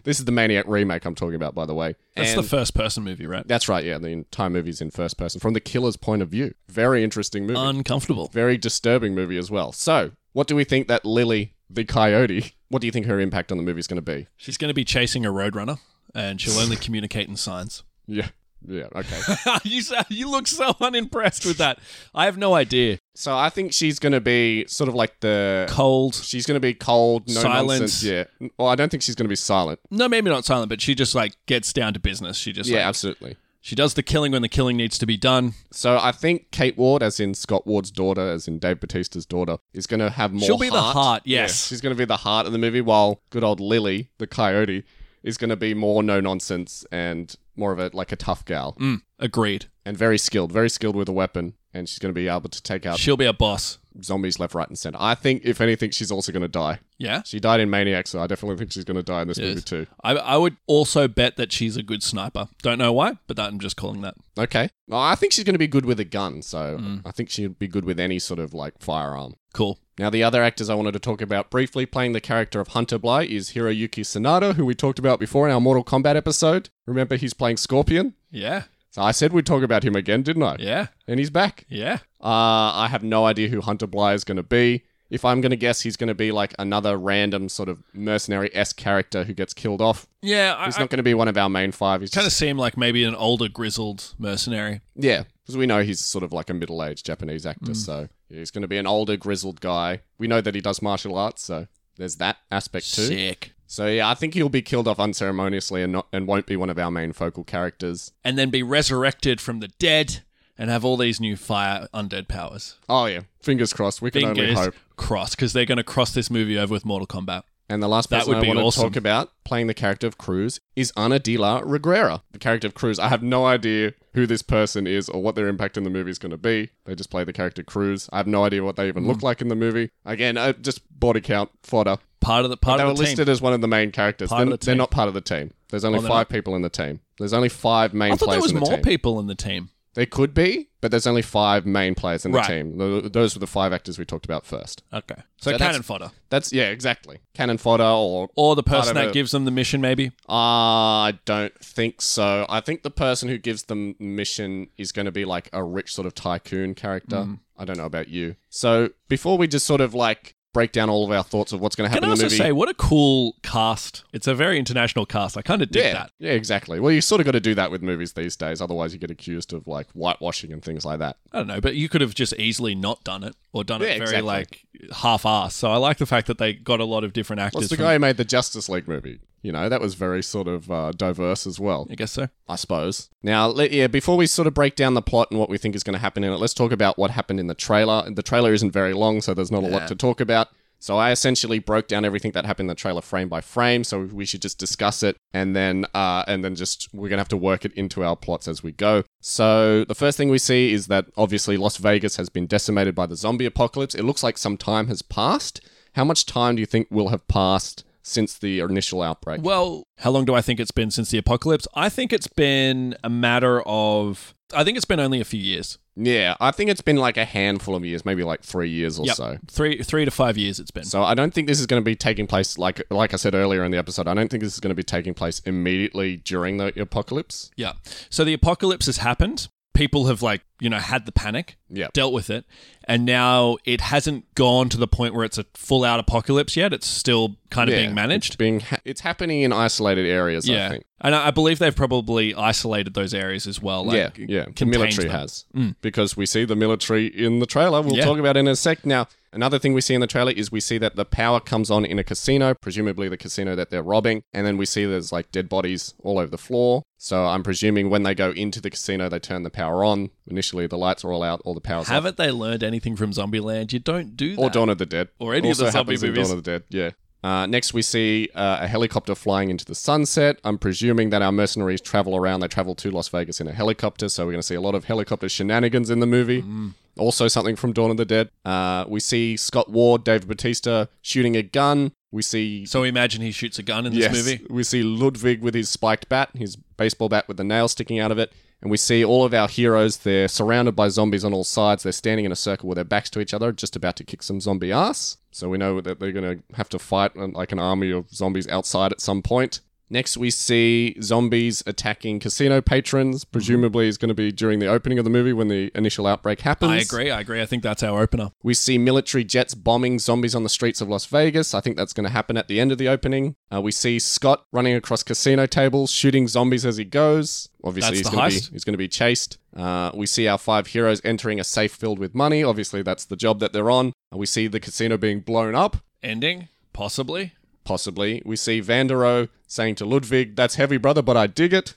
B: this is the Maniac remake I'm talking about, by the way.
C: That's
B: And-
C: the first person movie, right?
B: that's right, yeah. The entire movie's in first person from the killer's point of view. Very interesting movie.
C: Uncomfortable.
B: Very disturbing movie as well. So, what do we think that Lily, the coyote, what do you think her impact on the movie is going to be?
C: She's going to be chasing a roadrunner, and she'll only communicate in signs.
B: Yeah. Yeah, okay.
C: you, sa- you look so unimpressed with that. I have no idea.
B: so, I think she's going to be sort of like the.
C: Cold.
B: She's going to be cold, no
C: Silence.
B: nonsense. Yeah. Well, I don't think she's going to be silent.
C: No, maybe not silent, but she just like gets down to business. She just
B: yeah,
C: like,
B: absolutely.
C: she does the killing when the killing needs to be done.
B: So, I think Kate Ward, as in Scott Ward's daughter, as in Dave Batista's daughter, is going to have more
C: She'll be the
B: heart.
C: heart, yes.
B: Yeah, she's going to be the heart of the movie, while good old Lily, the coyote, is going to be more no nonsense and more of a like a tough gal
C: Mm, agreed.
B: and very skilled, very skilled with a weapon. And she's going to be able to take out
C: She'll be a boss.
B: zombies left, right, and center. I think, if anything, she's also going to die.
C: Yeah.
B: She died in Maniac, so I definitely think she's going to die in this movie too.
C: I, I would also bet that she's a good sniper. Don't know why, but that, I'm just calling that.
B: Okay. Well, I think she's going to be good with a gun, so
C: Mm.
B: I think she'd be good with any sort of like firearm.
C: Cool.
B: Now, the other actors I wanted to talk about briefly playing the character of Hunter Bly is Hiroyuki Sanada, who we talked about before in our Mortal Kombat episode. Remember, he's playing Scorpion?
C: Yeah.
B: So I said we'd talk about him again, didn't I?
C: Yeah.
B: And he's back.
C: Yeah.
B: Uh, I have no idea who Hunter Bly is going to be. If I'm going to guess, he's going to be like another random sort of mercenary S character who gets killed off.
C: Yeah. I,
B: He's not going to be one of our main five. He's
C: kind
B: just,
C: of seem like maybe an older, grizzled mercenary.
B: yeah, because we know he's sort of like a middle aged Japanese actor. So yeah, he's going to be an older, grizzled guy. We know that he does martial arts, so there's that aspect too.
C: Sick.
B: So yeah, I think he'll be killed off unceremoniously and not and won't be one of our main focal characters.
C: And then be resurrected from the dead and have all these new fire undead powers.
B: Oh yeah, fingers crossed. We can only
C: Fingers
B: hope.
C: crossed, because they're going to cross this movie over with Mortal Kombat.
B: And the last
C: That
B: person
C: would
B: I
C: be
B: want
C: awesome.
B: to talk about playing the character of Cruz is Ana de la Reguera. The character of Cruz. I have no idea who this person is or what their impact in the movie is going to be. They just play the character Cruz. I have no idea what they even
C: Hmm.
B: look like in the movie. Again, uh, just body count fodder.
C: Part of the part
B: They were
C: of the team.
B: listed as one of the main characters.
C: Part of
B: They're,
C: the
B: they're
C: team.
B: not part of the team. There's only
C: Oh,
B: five
C: they're not-
B: people in the team. There's only five main
C: I thought there
B: players
C: was
B: in the
C: more
B: team.
C: people in the team.
B: They could be, but there's only five main players in the
C: Right.
B: team. Th- Those were the five actors we talked about first.
C: Okay.
B: So
C: So,
B: that's-
C: cannon fodder.
B: That's yeah, exactly. Cannon fodder, or
C: Or the
B: Part
C: person
B: of
C: that
B: it.
C: gives them the mission, maybe.
B: I don't think so. I think the person who gives them mission is going to be
C: Mm.
B: like a rich sort of tycoon character. I don't know about you. So before we just sort of like break down all of our thoughts of what's going to
C: Can
B: happen
C: I
B: in the
C: also
B: movie.
C: say, what a cool cast. It's a very international cast. I kind of dig
B: yeah,
C: that.
B: yeah, exactly. Well, you sort of got to do that with movies these days, otherwise you get accused of like whitewashing and things like that.
C: I don't know, but you could have just easily not done it or done
B: Yeah,
C: it very
B: exactly.
C: like half assed So I like the fact that they got a lot of different actors.
B: It's the
C: from-
B: guy who made the Justice League movie. You know, that was very sort of uh, diverse as well.
C: I guess so.
B: I suppose. Now, let, yeah, before we sort of break down the plot and what we think is going to happen in it, let's talk about what happened in the trailer. The trailer isn't very long, so there's not a lot to talk about. So I essentially broke down everything that happened in the trailer frame by frame. So we should just discuss it, and then uh, and then just we're gonna have to work it into our plots as we go. So the first thing we see is that obviously Las Vegas has been decimated by the zombie apocalypse. It looks like some time has passed. How much time do you think will have passed since the initial outbreak?
C: Well, how long do I think it's been since the apocalypse? I think it's been a matter of. I think it's been only a few years.
B: Yeah, I think it's been like a handful of years, maybe like three years or
C: Yep.
B: so.
C: Three, three to five years it's been.
B: So I don't think this is going to be taking place like like I said earlier in the episode. I don't think this is going to be taking place immediately during the apocalypse.
C: Yeah. So the apocalypse has happened. People have like, you know, had the panic,
B: Yeah.
C: dealt with it, and now it hasn't gone to the point where it's a full out apocalypse yet. It's still kind of
B: Yeah,
C: being
B: It's
C: managed.
B: being ha- it's happening in isolated areas. I
C: Yeah.
B: think.
C: And I I believe they've probably isolated those areas as well. Like,
B: yeah, yeah. The
C: contained
B: military
C: them. Mm.
B: has because we see the military in the trailer. We'll
C: Yeah.
B: talk about it in a sec. Now, another thing we see in the trailer is we see that the power comes on in a casino, presumably the casino that they're robbing, and then we see there's like dead bodies all over the floor. So I'm presuming when they go into the casino, they turn the power on. Initially, the lights are all out, all the power's off.
C: Haven't they learned anything from Zombieland? You don't do that.
B: Or Dawn of the Dead.
C: Or any of the zombie
B: happens in
C: movies.
B: Dawn of the Dead, yeah. Uh, next, we see uh, a helicopter flying into the sunset. I'm presuming that our mercenaries travel around. They travel to Las Vegas in a helicopter, so we're going to see a lot of helicopter shenanigans in the movie.
C: Mm.
B: Also, something from Dawn of the Dead. Uh, we see Scott Ward, Dave Batista shooting a gun. We see
C: So imagine he shoots a gun in this movie.
B: we see Ludwig with his spiked bat, his baseball bat with the nail sticking out of it. And we see all of our heroes. They're surrounded by zombies on all sides. They're standing in a circle with their backs to each other, just about to kick some zombie ass. So we know that they're going to have to fight um, like an army of zombies outside at some point. Next, we see zombies attacking casino patrons.
C: Mm-hmm.
B: Presumably, is going to be during the opening of the movie when the initial outbreak happens.
C: I agree. I agree. I think that's our opener.
B: We see military jets bombing zombies on the streets of Las Vegas. I think that's going to happen at the end of the opening. Uh, we see Scott running across casino tables, shooting zombies as he goes. Obviously, he's
C: That's the
B: going to
C: heist.
B: be he's going to be chased. Uh, we see our five heroes entering a safe filled with money. Obviously, that's the job that they're on. Uh, we see the casino being blown up.
C: Ending, possibly.
B: Possibly, we see Vandero saying to Ludwig, "That's heavy, brother, but I dig it."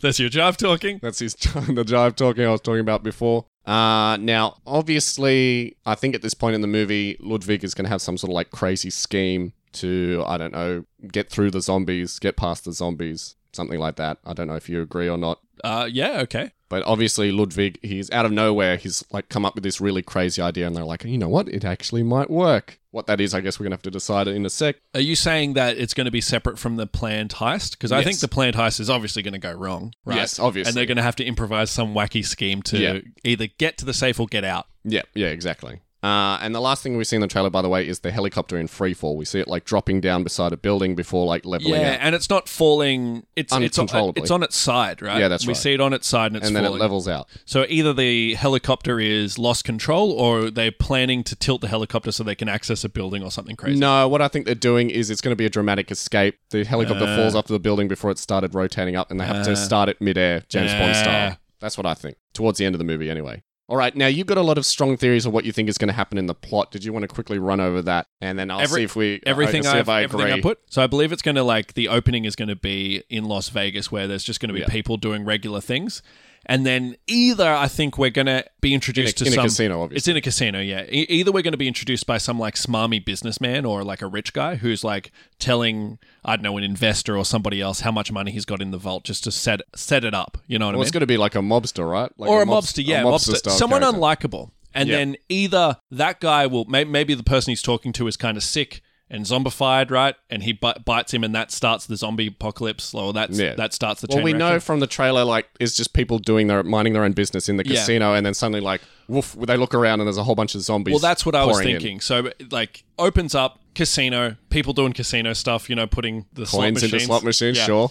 C: That's your jive talking.
B: That's his the jive talking I was talking about before. Uh, now, obviously, I think at this point in the movie, Ludwig is going to have some sort of like crazy scheme to, I don't know, get through the zombies, get past the zombies, something like that. I don't know if you agree or not.
C: Uh, yeah, okay.
B: But obviously, Ludwig, he's out of nowhere. He's like come up with this really crazy idea, and they're like, you know what? It actually might work. What that is, I guess we're going to have to decide in a sec.
C: Are you saying that it's going to be separate from the planned heist? Because I
B: Yes.
C: think the planned heist is obviously going to go wrong, right?
B: Yes, obviously.
C: And they're going to have to improvise some wacky scheme to
B: Yeah.
C: either get to the safe or get out.
B: Yeah, yeah, exactly. Uh, and the last thing we see in the trailer, by the way, is the helicopter in freefall. We see it like dropping down beside a building before like leveling
C: yeah,
B: out.
C: and it's not falling. It's it's on, uh,
B: Uncontrollably.
C: it's on its side, right?
B: Yeah, that's
C: we
B: right.
C: see it on its side and it's
B: and then
C: falling.
B: it levels out.
C: so either the helicopter is lost control, or they're planning to tilt the helicopter so they can access a building or something crazy.
B: No, what I think they're doing is it's going to be a dramatic escape. The helicopter
C: Uh.
B: falls off the building before it started rotating up, and they have to start it midair, James Bond
C: Yeah.
B: style. That's what I think. Towards the end of the movie, anyway. All right, now you've got a lot of strong theories of what you think is going to happen in the plot. Did you want to quickly run over that, and then I'll
C: Every-
B: see if we
C: everything
B: I'll see
C: I've,
B: if I agree.
C: everything I put. So I believe it's going to like the opening is going to be in Las Vegas where there's just going to be
B: Yeah.
C: people doing regular things. And then either I think we're going to be introduced
B: In a- in
C: to
B: a
C: some
B: casino, obviously.
C: It's in a casino, yeah. E- either we're going to be introduced by some like smarmy businessman or like a rich guy who's like telling I don't know an investor or somebody else how much money he's got in the vault just to set set it up. You know what
B: Well,
C: I mean?
B: it's going to be like a mobster, right? Like
C: or a
B: mob-
C: mobster, yeah,
B: a
C: a mobster,
B: mobster-style
C: someone
B: character.
C: unlikable. And
B: Yeah.
C: then either that guy will, may- maybe the person he's talking to is kind of sick and zombified, right? And he bi- bites him, and that starts the zombie apocalypse, or that's,
B: Yeah.
C: that starts the
B: Well,
C: chain
B: we know
C: reaction.
B: from the trailer, like, it's just people doing their minding their own business in the
C: Yeah.
B: casino, and then suddenly, like, woof, they look around and there's a whole bunch of zombies.
C: Well, that's what I was
B: pouring in.
C: thinking. So, like, opens up casino, people doing casino stuff, you know, putting the slot
B: Coins in the
C: machines-
B: slot machine,
C: Yeah.
B: sure.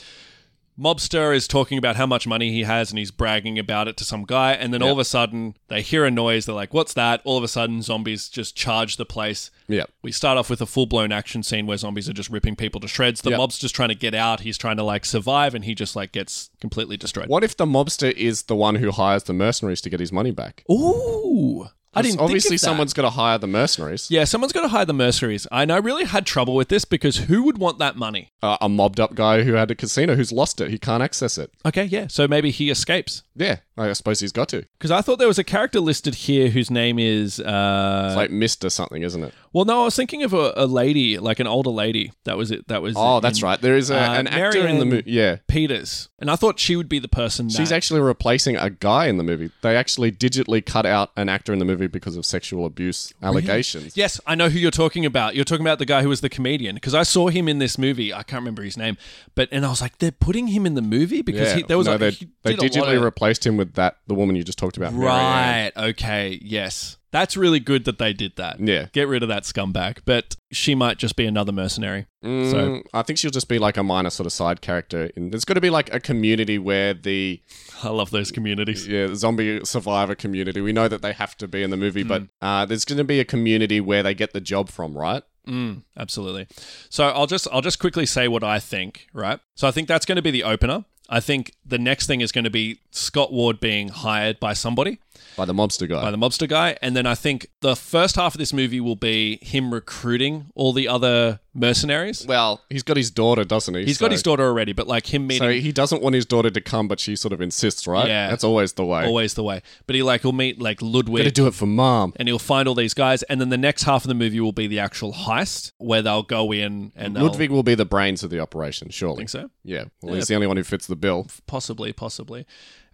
C: Mobster is talking about how much money he has and he's bragging about it to some guy. And then all of a sudden, they hear a noise. They're like, What's that? All of a sudden, zombies just charge the place.
B: Yeah.
C: We start off with a full blown action scene where zombies are just ripping people to shreds. The
B: Yep.
C: mob's just trying to get out. He's trying to like survive and he just like gets completely destroyed.
B: What if the mobster is the one who hires the mercenaries to get his money back?
C: Ooh. I didn't
B: Obviously,
C: think of that.
B: someone's got to hire the mercenaries.
C: Yeah, someone's got to hire the mercenaries. And I really had trouble with this because who would want that money?
B: Uh, a mobbed up guy who had a casino who's lost it. He can't access it.
C: Okay, yeah. So maybe he escapes.
B: Yeah, I suppose he's got to. It's
C: Because I thought there was a character listed here whose name is. Uh,
B: like Mister something, isn't it?
C: well, no, I was thinking of a, a lady, like an older lady. That was it. That was.
B: Oh,
C: in
B: that's right. There is a,
C: uh,
B: an actor in the
C: Marianne-
B: movie. Yeah,
C: Peters. And I thought she would be the person that.
B: she's actually replacing a guy in the movie. They actually digitally cut out an actor in the movie because of sexual abuse allegations.
C: Yes, I know who you're talking about. You're talking about the guy who was the comedian because I saw him in this movie. I can't remember his name, but and I was like, they're putting him in the movie because
B: Yeah.
C: he, there was
B: no,
C: a,
B: they,
C: he
B: they
C: did a lot
B: digitally
C: of-
B: replaced him with that the woman you just talked about. Marianne.
C: Right. Okay. Yes. That's really good that they did that.
B: Yeah.
C: Get rid of that scumbag. But she might just be another mercenary.
B: Mm, I think she'll just be like a minor sort of side character. In, there's got to be like a community where the
C: I love those communities.
B: yeah, the zombie survivor community. We know that they have to be in the movie,
C: Mm.
B: but uh, there's going to be a community where they get the job from, right?
C: Mm, absolutely. So I'll just I'll just quickly say what I think, right? So I think that's going to be the opener. I think the next thing is going to be Scott Ward being hired by somebody,
B: By the mobster guy.
C: by uh, the mobster guy, and then I think the first half of this movie will be him recruiting all the other mercenaries.
B: well, he's got his daughter, doesn't he?
C: He's got his daughter already, but like him meeting
B: So he doesn't want his daughter to come, but she sort of insists, right?
C: Yeah.
B: That's always the way.
C: always the way. But he like will meet like Ludwig
B: Gotta do it for mom.
C: and he'll find all these guys. And then the next half of the movie will be the actual heist where they'll go in and they'll
B: Ludwig will be the brains of the operation, surely.
C: think so,
B: Yeah. Well, he's the only one who fits the bill.
C: possibly, possibly.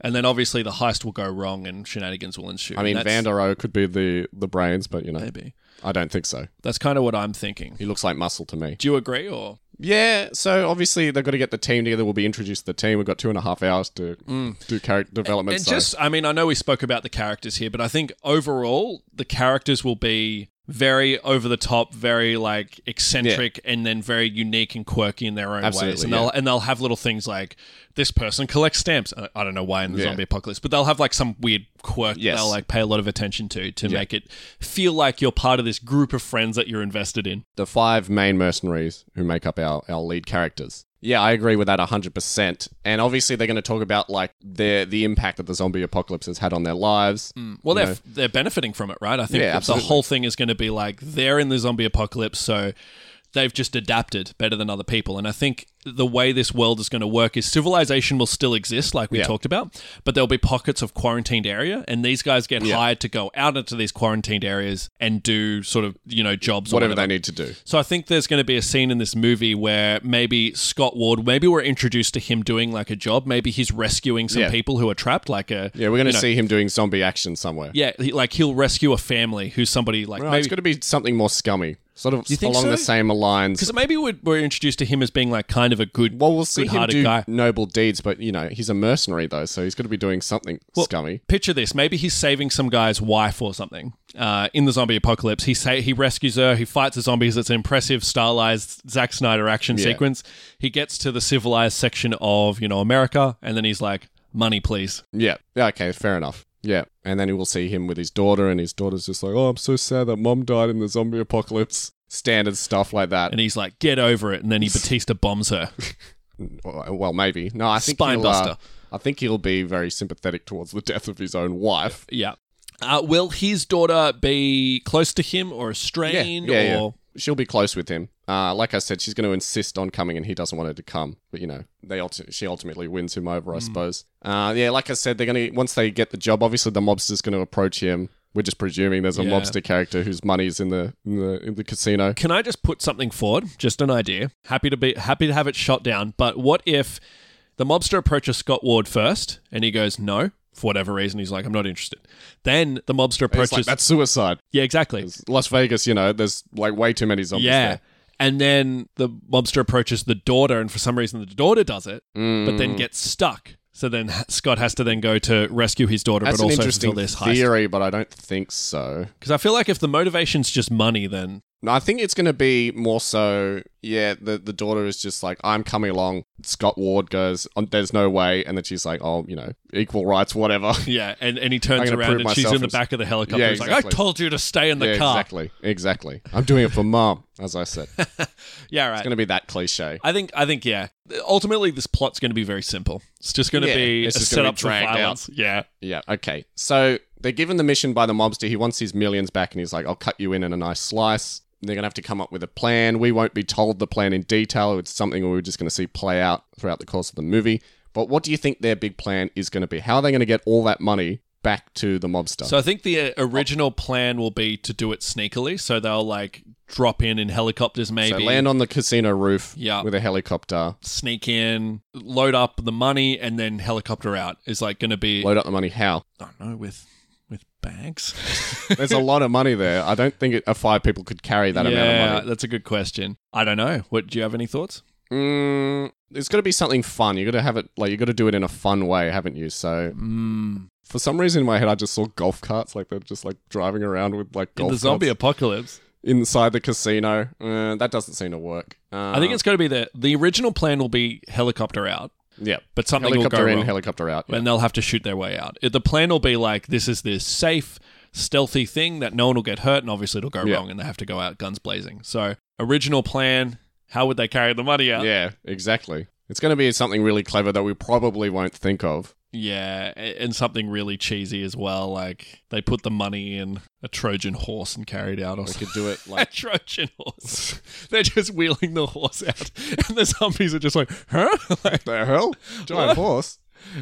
C: And then obviously the heist will go wrong and shenanigans will ensue.
B: I mean,
C: And that's-
B: Vander O could be the, the brains, but, you know,
C: maybe
B: I don't think so.
C: that's kind of what I'm thinking.
B: He looks like muscle to me.
C: Do you agree or?
B: Yeah, so obviously they've got to get the team together. We'll be introduced to the team. We've got two and a half hours to do character development.
C: Mm. And
B: so-
C: just, I mean, I know we spoke about the characters here, but I think overall the characters will be very over the top, very like eccentric, and then very unique and quirky in their own ways.
B: Absolutely,
C: And
B: yeah.
C: they'll and they'll have little things like this person collects stamps. I- I don't know why in the
B: Yeah.
C: zombie apocalypse, but they'll have like some weird quirk
B: Yes.
C: they'll like pay a lot of attention to to make it feel like you're part of this group of friends that you're invested in.
B: the five main mercenaries who make up our, our lead characters. Yeah, I agree with that 100%. And obviously they're going to talk about like the the impact that the zombie apocalypse has had on their lives.
C: Well, they're they're benefiting from it, right? I think
B: Yeah,
C: the
B: absolutely.
C: whole thing is going to be like they're in the zombie apocalypse, so they've just adapted better than other people. And I think the way this world is going to work is civilization will still exist, like we
B: Yeah.
C: talked about, but there'll be pockets of quarantined area, and these guys get hired to go out into these quarantined areas and do sort of you know jobs, or
B: Whatever they need to do.
C: so I think there's going to be a scene in this movie where maybe Scott Ward, maybe we're introduced to him doing like a job, maybe he's rescuing some
B: Yeah.
C: people who are trapped, like a
B: Yeah, we're going to
C: you know,
B: see him doing zombie action somewhere.
C: yeah, he, like he'll rescue a family who's somebody like
B: Right, it's
C: maybe
B: going to be something more scummy, sort of
C: think
B: along
C: so?
B: the same lines.
C: because maybe we're, we're introduced to him as being like kind of a good,
B: Well, we'll see him
C: good-hearted
B: do
C: guy.
B: noble deeds, but you know he's a mercenary though, so he's going to be doing something scummy.
C: Picture this: maybe he's saving some guy's wife or something uh, in the zombie apocalypse. He say he rescues her, he fights the zombies. It's an impressive stylized Zack Snyder action sequence. He gets to the civilized section of you know America, and then he's like, "Money, please."
B: Yeah. Yeah. Okay. Fair enough. Yeah. And then we'll see him with his daughter, and his daughter's just like, "Oh, I'm so sad that mom died in the zombie apocalypse." Standard stuff like that.
C: And he's like, "Get over it." And then he Batista bombs her.
B: Well, well, maybe. No, I think he'll,
C: Spinebuster.
B: uh, I think he'll be very sympathetic towards the death of his own wife.
C: yeah. Uh, will his daughter be close to him or estranged or?
B: She'll be close with him. Uh, like I said, she's going to insist on coming, and he doesn't want her to come. But you know, they ulti- she ultimately wins him over, I
C: Hmm.
B: suppose. Uh, yeah, like I said, they're going to once they get the job. Obviously, the mobster's going to approach him. We're just presuming there's a
C: Yeah.
B: mobster character whose money's in the in the, in the casino.
C: Can I just put something forward? Just an idea. Happy to be happy to have it shot down. But what if the mobster approaches Scott Ward first and he goes no for whatever reason? He's like, I'm not interested. Then the
B: It's
C: mobster approaches.
B: like that's suicide.
C: yeah, exactly.
B: Las Vegas, you know, there's like way too many zombies.
C: Yeah.
B: there.
C: And then the mobster approaches the daughter, and for some reason the daughter does it, but
B: Mm.
C: then gets stuck. So then Scott has to then go to rescue his daughter,
B: that's
C: but
B: an
C: also fulfill
B: interesting
C: this heist.
B: theory, but I don't think so.
C: Because I feel like if the motivation's just money, then
B: No, I think it's going to be more so. Yeah, the the daughter is just like, I'm coming along. Scott Ward goes, "Um, "There's no way," and then she's like, "Oh, you know, equal rights, whatever."
C: Yeah, and, and he
B: I'm
C: turns
B: gonna
C: around
B: prove
C: and she's
B: myself
C: in the
B: as-
C: back of the helicopter.
B: Yeah,
C: He's like, I
B: exactly.
C: told you to stay in the
B: yeah,
C: car.
B: exactly, exactly. I'm doing it for mom, as I said. It's
C: Yeah, right.
B: going to be that cliche.
C: I think I think yeah. Ultimately, this plot's going to be very simple. It's just going to
B: Yeah,
C: be a
B: it's just gonna be
C: setup for
B: dragged out.
C: violence. Yeah,
B: Yeah. Okay. So they're given the mission by the mobster. He wants his millions back, and he's like, "I'll cut you in in a nice slice." They're gonna have to come up with a plan. We won't be told the plan in detail. It's something we're just gonna see play out throughout the course of the movie. But what do you think their big plan is gonna be? How are they gonna get all that money back to the mobster?
C: So I think the uh, original plan will be to do it sneakily. So they'll like drop in in helicopters,
B: So
C: maybe
B: land on the casino roof
C: Yeah.
B: with a helicopter,
C: sneak in, load up the money, and then helicopter out is like going to be
B: load up the money. How?
C: I don't know with with bags.
B: There's a lot of money there. I don't think it, uh, five people could carry that amount of
C: yeah,
B: money.
C: that's a good question. I don't know. What do you have any thoughts?
B: Mm, it's got to be something fun. You got to have it like you got to do it in a fun way, haven't you? So
C: Mm,
B: For some reason in my head, I just saw golf carts, like they're just like driving around with like
C: in
B: golf
C: the zombie
B: carts
C: apocalypse,
B: inside the casino. Uh, that doesn't seem to work. Uh,
C: I think it's going to be the the original plan will be helicopter out,
B: Um, yeah,
C: but something will
B: helicopter
C: go
B: in,
C: wrong.
B: helicopter out. Yeah.
C: and they'll have to shoot their way out. It- The plan will be like this is this safe, stealthy thing that no one will get hurt, and obviously it'll go
B: Yeah.
C: wrong, and they have to go out guns blazing. So original plan, how would they carry the money out?
B: yeah, exactly. It's going to be something really clever that we probably won't think of.
C: Yeah, a- and something really cheesy as well. Like they put the money in a Trojan horse and carried out. Or
B: We
C: something.
B: could do it
C: A
B: like
C: Trojan horse. They're just wheeling the horse out, and the zombies are just like, huh? Like,
B: the hell, giant horse.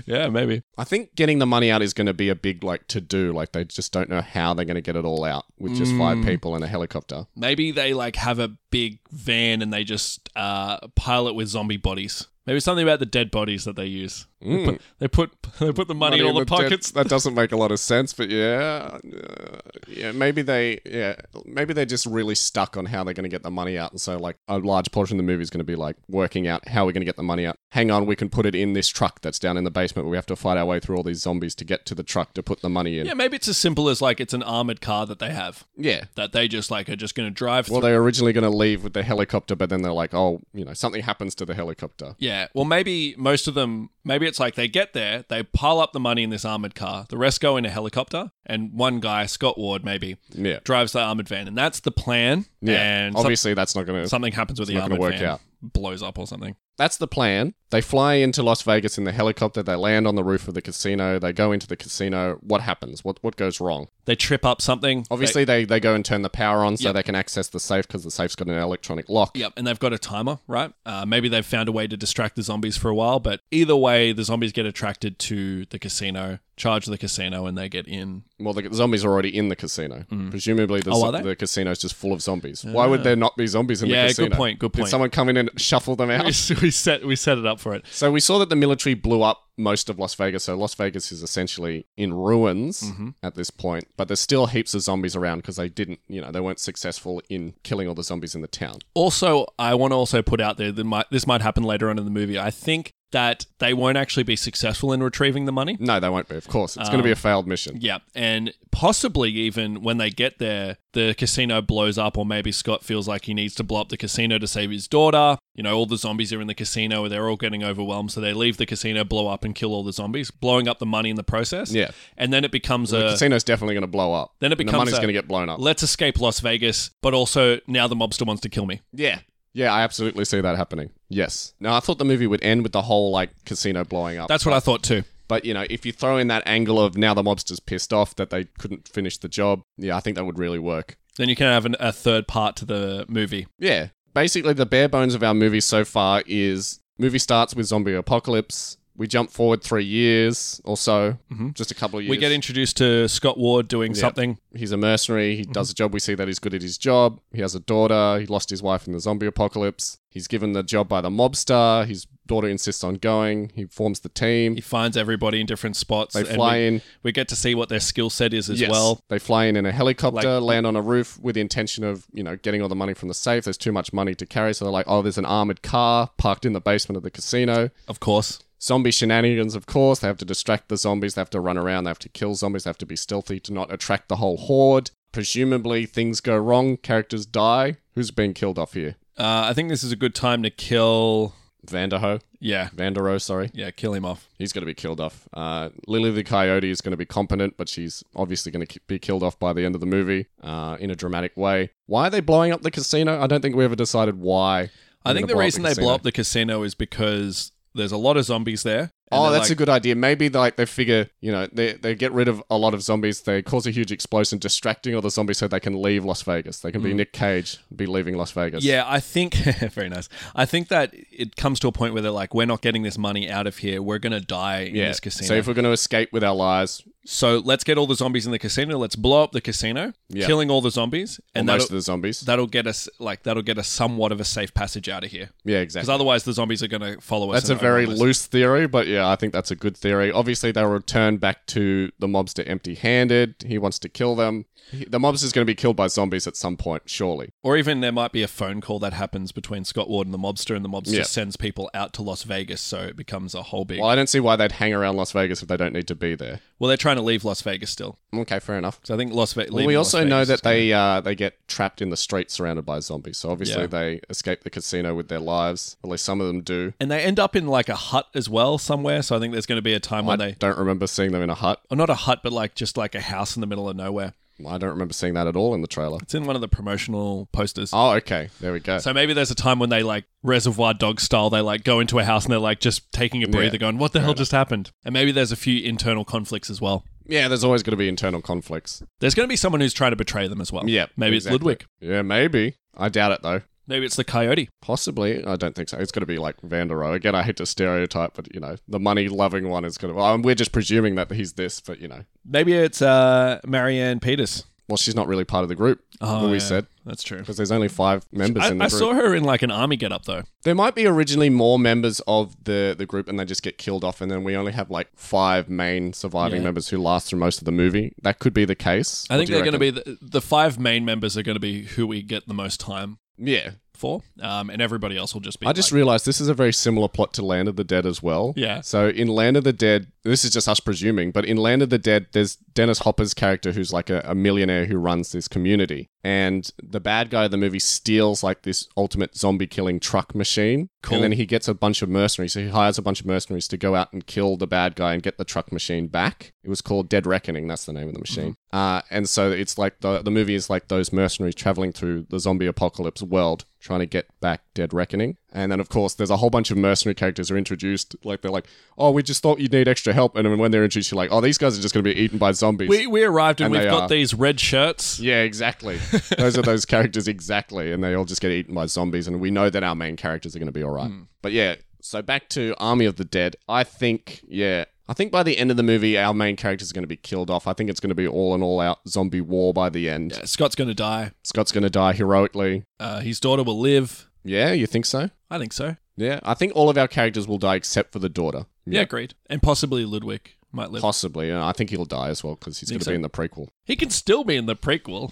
C: yeah, maybe.
B: I think getting the money out is going to be a big like to do. Like they just don't know how they're going to get it all out with just
C: Mm.
B: five people and a helicopter.
C: Maybe they like have a big van and they just uh, pile it with zombie bodies. Maybe something about the dead bodies that they use.
B: Mm.
C: They put they put the money, in all the,
B: in dead-
C: pockets.
B: that doesn't make a lot of sense, but yeah, uh, yeah. Maybe they, yeah, maybe they're just really stuck on how they're going to get the money out, and so like a large portion of the movie is going to be like working out how we're going to get the money out. Hang on, we can put it in this truck that's down in the basement. But we have to fight our way through all these zombies to get to the truck to put the money in.
C: Yeah, maybe it's as simple as like it's an armored car that they have
B: yeah.
C: that they just like are just going to drive
B: Well,
C: through.
B: they were originally going to leave with the helicopter, but then they're like, oh, you know, something happens to the helicopter.
C: Yeah. Well, maybe most of them. Maybe it's like they get there, they pile up the money in this armored car. The rest go in a helicopter, and one guy, Scott Ward, maybe
B: Yeah.
C: drives the armored van, and that's the plan.
B: Yeah.
C: And some-
B: Obviously, that's not going to
C: something happens with
B: It's
C: the
B: not
C: armored
B: gonna work
C: van,
B: out.
C: blows up or something.
B: That's the plan. They fly into Las Vegas in the helicopter. They land on the roof of the casino. They go into the casino. What happens? What what goes wrong?
C: They trip up something.
B: Obviously, they, they go and turn the power on so
C: Yep.
B: they can access the safe because the safe's got an electronic lock.
C: Yep, and they've got a timer, right? Uh, maybe they've found a way to distract the zombies for a while, but either way, the zombies get attracted to the casino, charge the casino, and they get in.
B: Well, the zombies are already in the casino. Presumably, the,
C: Oh,
B: zo-
C: are they?
B: the casino's just full of zombies. Why would there not be zombies in
C: Yeah,
B: the
C: good
B: casino?
C: point, good point.
B: Did someone come in and shuffle them
C: we
B: out?
C: set we set it up for it.
B: so we saw that the military blew up most of Las Vegas. So Las Vegas is essentially in ruins
C: Mm-hmm.
B: at this point. But there's still heaps of zombies around because they didn't, you know, they weren't successful in killing all the zombies in the town.
C: Also, I want to also put out there that might, this might happen later on in the movie. I think that they won't actually be successful in retrieving the money.
B: No, they won't be. Of course, it's going to be a failed mission.
C: Um, Yeah, and possibly even when they get there, the casino blows up, or maybe Scott feels like he needs to blow up the casino to save his daughter. You know, all the zombies are in the casino, they're all getting overwhelmed, so they leave the casino, blow up, and kill all the zombies, blowing up the money in the process.
B: Yeah.
C: and then it becomes
B: The
C: a
B: casino's definitely going to blow up.
C: Then it
B: And
C: becomes
B: the money's
C: a-
B: going to get blown up.
C: let's escape Las Vegas, but also now the mobster wants to kill me.
B: yeah. Yeah, I absolutely see that happening. Yes. Now, I thought the movie would end with the whole like casino blowing up.
C: That's what I thought too.
B: but you know, if you throw in that angle of now the mobster's pissed off that they couldn't finish the job, yeah, I think that would really work.
C: Then you can have an, a third part to the movie.
B: Yeah. Basically, the bare bones of our movie so far is movie starts with zombie apocalypse. We jump forward three years or so, just a couple of years.
C: Mm-hmm. We get introduced to Scott Ward doing something.
B: he's a mercenary.
C: Mm-hmm.
B: He does a job. We see that he's good at his job. He has a daughter. He lost his wife in the zombie apocalypse. He's given the job by the mobster. His daughter insists on going. He forms the team.
C: He finds everybody in different spots.
B: They
C: and
B: fly
C: we,
B: in.
C: we get to see what their skill set is as
B: Yes.
C: well.
B: They fly in in a helicopter, land on a roof with the intention of, you know, getting all the money from the safe. There's too much money to carry. So they're like, oh, there's an armored car parked in the basement of the casino.
C: Of course.
B: Zombie shenanigans, of course. They have to distract the zombies. They have to run around. They have to kill zombies. They have to be stealthy to not attract the whole horde. Presumably, things go wrong, characters die. Who's been killed off here?
C: Uh, I think this is a good time to kill.
B: Vanderho.
C: Yeah,
B: Vandero, sorry.
C: yeah, kill him off.
B: He's going to be killed off. Uh, Lily the Coyote is going to be competent, but she's obviously going to be killed off by the end of the movie uh, in a dramatic way. Why are they blowing up the casino? I don't think we ever decided why.
C: I think the reason they blow
B: blow
C: up the casino is because there's a lot of zombies there. and
B: Oh,
C: they're
B: that's a
C: like,
B: good idea. Maybe like they figure, you know, they, they get rid of a lot of zombies. They cause a huge explosion, distracting all the zombies, so they can leave Las Vegas. They can be Nick Cage, be leaving Las Vegas.
C: Mm. Yeah, I think very nice. I think that it comes to a point where they're like, we're not getting this money out of here. We're gonna die in
B: yeah.
C: this casino.
B: So if we're going to escape with our lives,
C: So let's get all the zombies in the casino. Let's blow up the casino,
B: Yeah.
C: killing all the zombies,
B: or
C: and
B: most
C: that'll,
B: of the zombies.
C: that'll get us like that'll get us somewhat of a safe passage out of here.
B: yeah,
C: Because
B: exactly.
C: otherwise, the zombies are going to follow us.
B: That's a
C: and
B: very
C: overwhelm us.
B: loose theory, but yeah, I think that's a good theory. Obviously, they'll return back to the mobster empty-handed. He wants to kill them. He- The mobster's going to be killed by zombies at some point, surely.
C: Or even there might be a phone call that happens between Scott Ward and the mobster, and the mobster
B: Yeah.
C: sends people out to Las Vegas, so it becomes a whole big.
B: Well, I don't see why they'd hang around Las Vegas if they don't need to be there.
C: Well, they're trying to leave Las Vegas still.
B: Okay, fair enough.
C: So I think Las Ve- leaving Las Vegas.
B: Well, we also know
C: is
B: that
C: gonna-
B: they uh, they get trapped in the streets surrounded by zombies. So obviously
C: Yeah.
B: they escape the casino with their lives. At least some of them do.
C: and they end up in like a hut as well somewhere. So I think there's going to be a time
B: I
C: when they,
B: don't remember seeing them in a hut.
C: or not a hut, but like just like a house in the middle of nowhere.
B: I don't remember seeing that at all in the trailer.
C: It's in one of the promotional posters.
B: Oh, okay. There we go.
C: So maybe there's a time when they like reservoir dog style, they like go into a house and they're like just taking a breather,
B: Yeah.
C: going, What the hell just happened? And maybe there's a few internal conflicts as well.
B: yeah, there's always going to be internal conflicts.
C: There's going to be someone who's trying to betray them as well.
B: Yeah.
C: Maybe
B: exactly.
C: it's Ludwig.
B: Yeah, maybe. I doubt it, though.
C: Maybe it's the coyote.
B: Possibly. I don't think so. It's going to be like Vandero. Again, I hate to stereotype, but, you know, the money loving one is going to. Well, we're just presuming that he's this, but, you know.
C: Maybe it's uh, Marianne Peters.
B: Well, she's not really part of the group,
C: Oh,
B: we
C: yeah.
B: said,
C: That's true.
B: because there's only five members
C: I,
B: in the
C: I
B: group.
C: saw her in like an army getup though.
B: There might be originally more members of the, the group and they just get killed off, and then we only have like five main surviving
C: Yeah.
B: members who last through most of the movie. That could be the case.
C: I think they're going to be the, the five main members are going to be who we get the most time
B: Yeah.
C: for, um, and everybody else will just be.
B: I just
C: like-
B: realized this is a very similar plot to Land of the Dead as well.
C: Yeah.
B: So in Land of the Dead, this is just us presuming, but in Land of the Dead, there's Dennis Hopper's character who's like a, a millionaire who runs this community. And the bad guy of the movie steals like this ultimate zombie killing truck machine.
C: Cool.
B: And then he gets a bunch of mercenaries. So he hires a bunch of mercenaries to go out and kill the bad guy and get the truck machine back. It was called Dead Reckoning. That's the name of the machine. Uh, and so it's like the, the movie is like those mercenaries traveling through the zombie apocalypse world trying to get back Dead Reckoning. And then, of course, there's a whole bunch of mercenary characters who are introduced. Like, they're like, oh, we just thought you'd need extra help. And then when they're introduced, you're like, oh, these guys are just going to be eaten by zombies.
C: we we arrived and,
B: And
C: we've
B: they
C: got
B: are.
C: these red shirts.
B: yeah, exactly. those are those characters exactly, and they all just get eaten by zombies, and we know that our main characters are going to be all right.
C: Hmm.
B: But yeah, so back to Army of the Dead. I think, yeah, I think by the end of the movie, our main characters are going to be killed off. I think it's going to be all in all out zombie war by the end.
C: Scott's going to die.
B: Scott's going to die heroically.
C: Uh, his daughter will live.
B: Yeah, you think so?
C: I think so.
B: Yeah, I think all of our characters will die except for the daughter.
C: Yeah, agreed. And possibly Ludwig might live.
B: Possibly, and I think he'll die as well because he's going
C: Think
B: to
C: so?
B: be in the prequel.
C: he can still be in the prequel.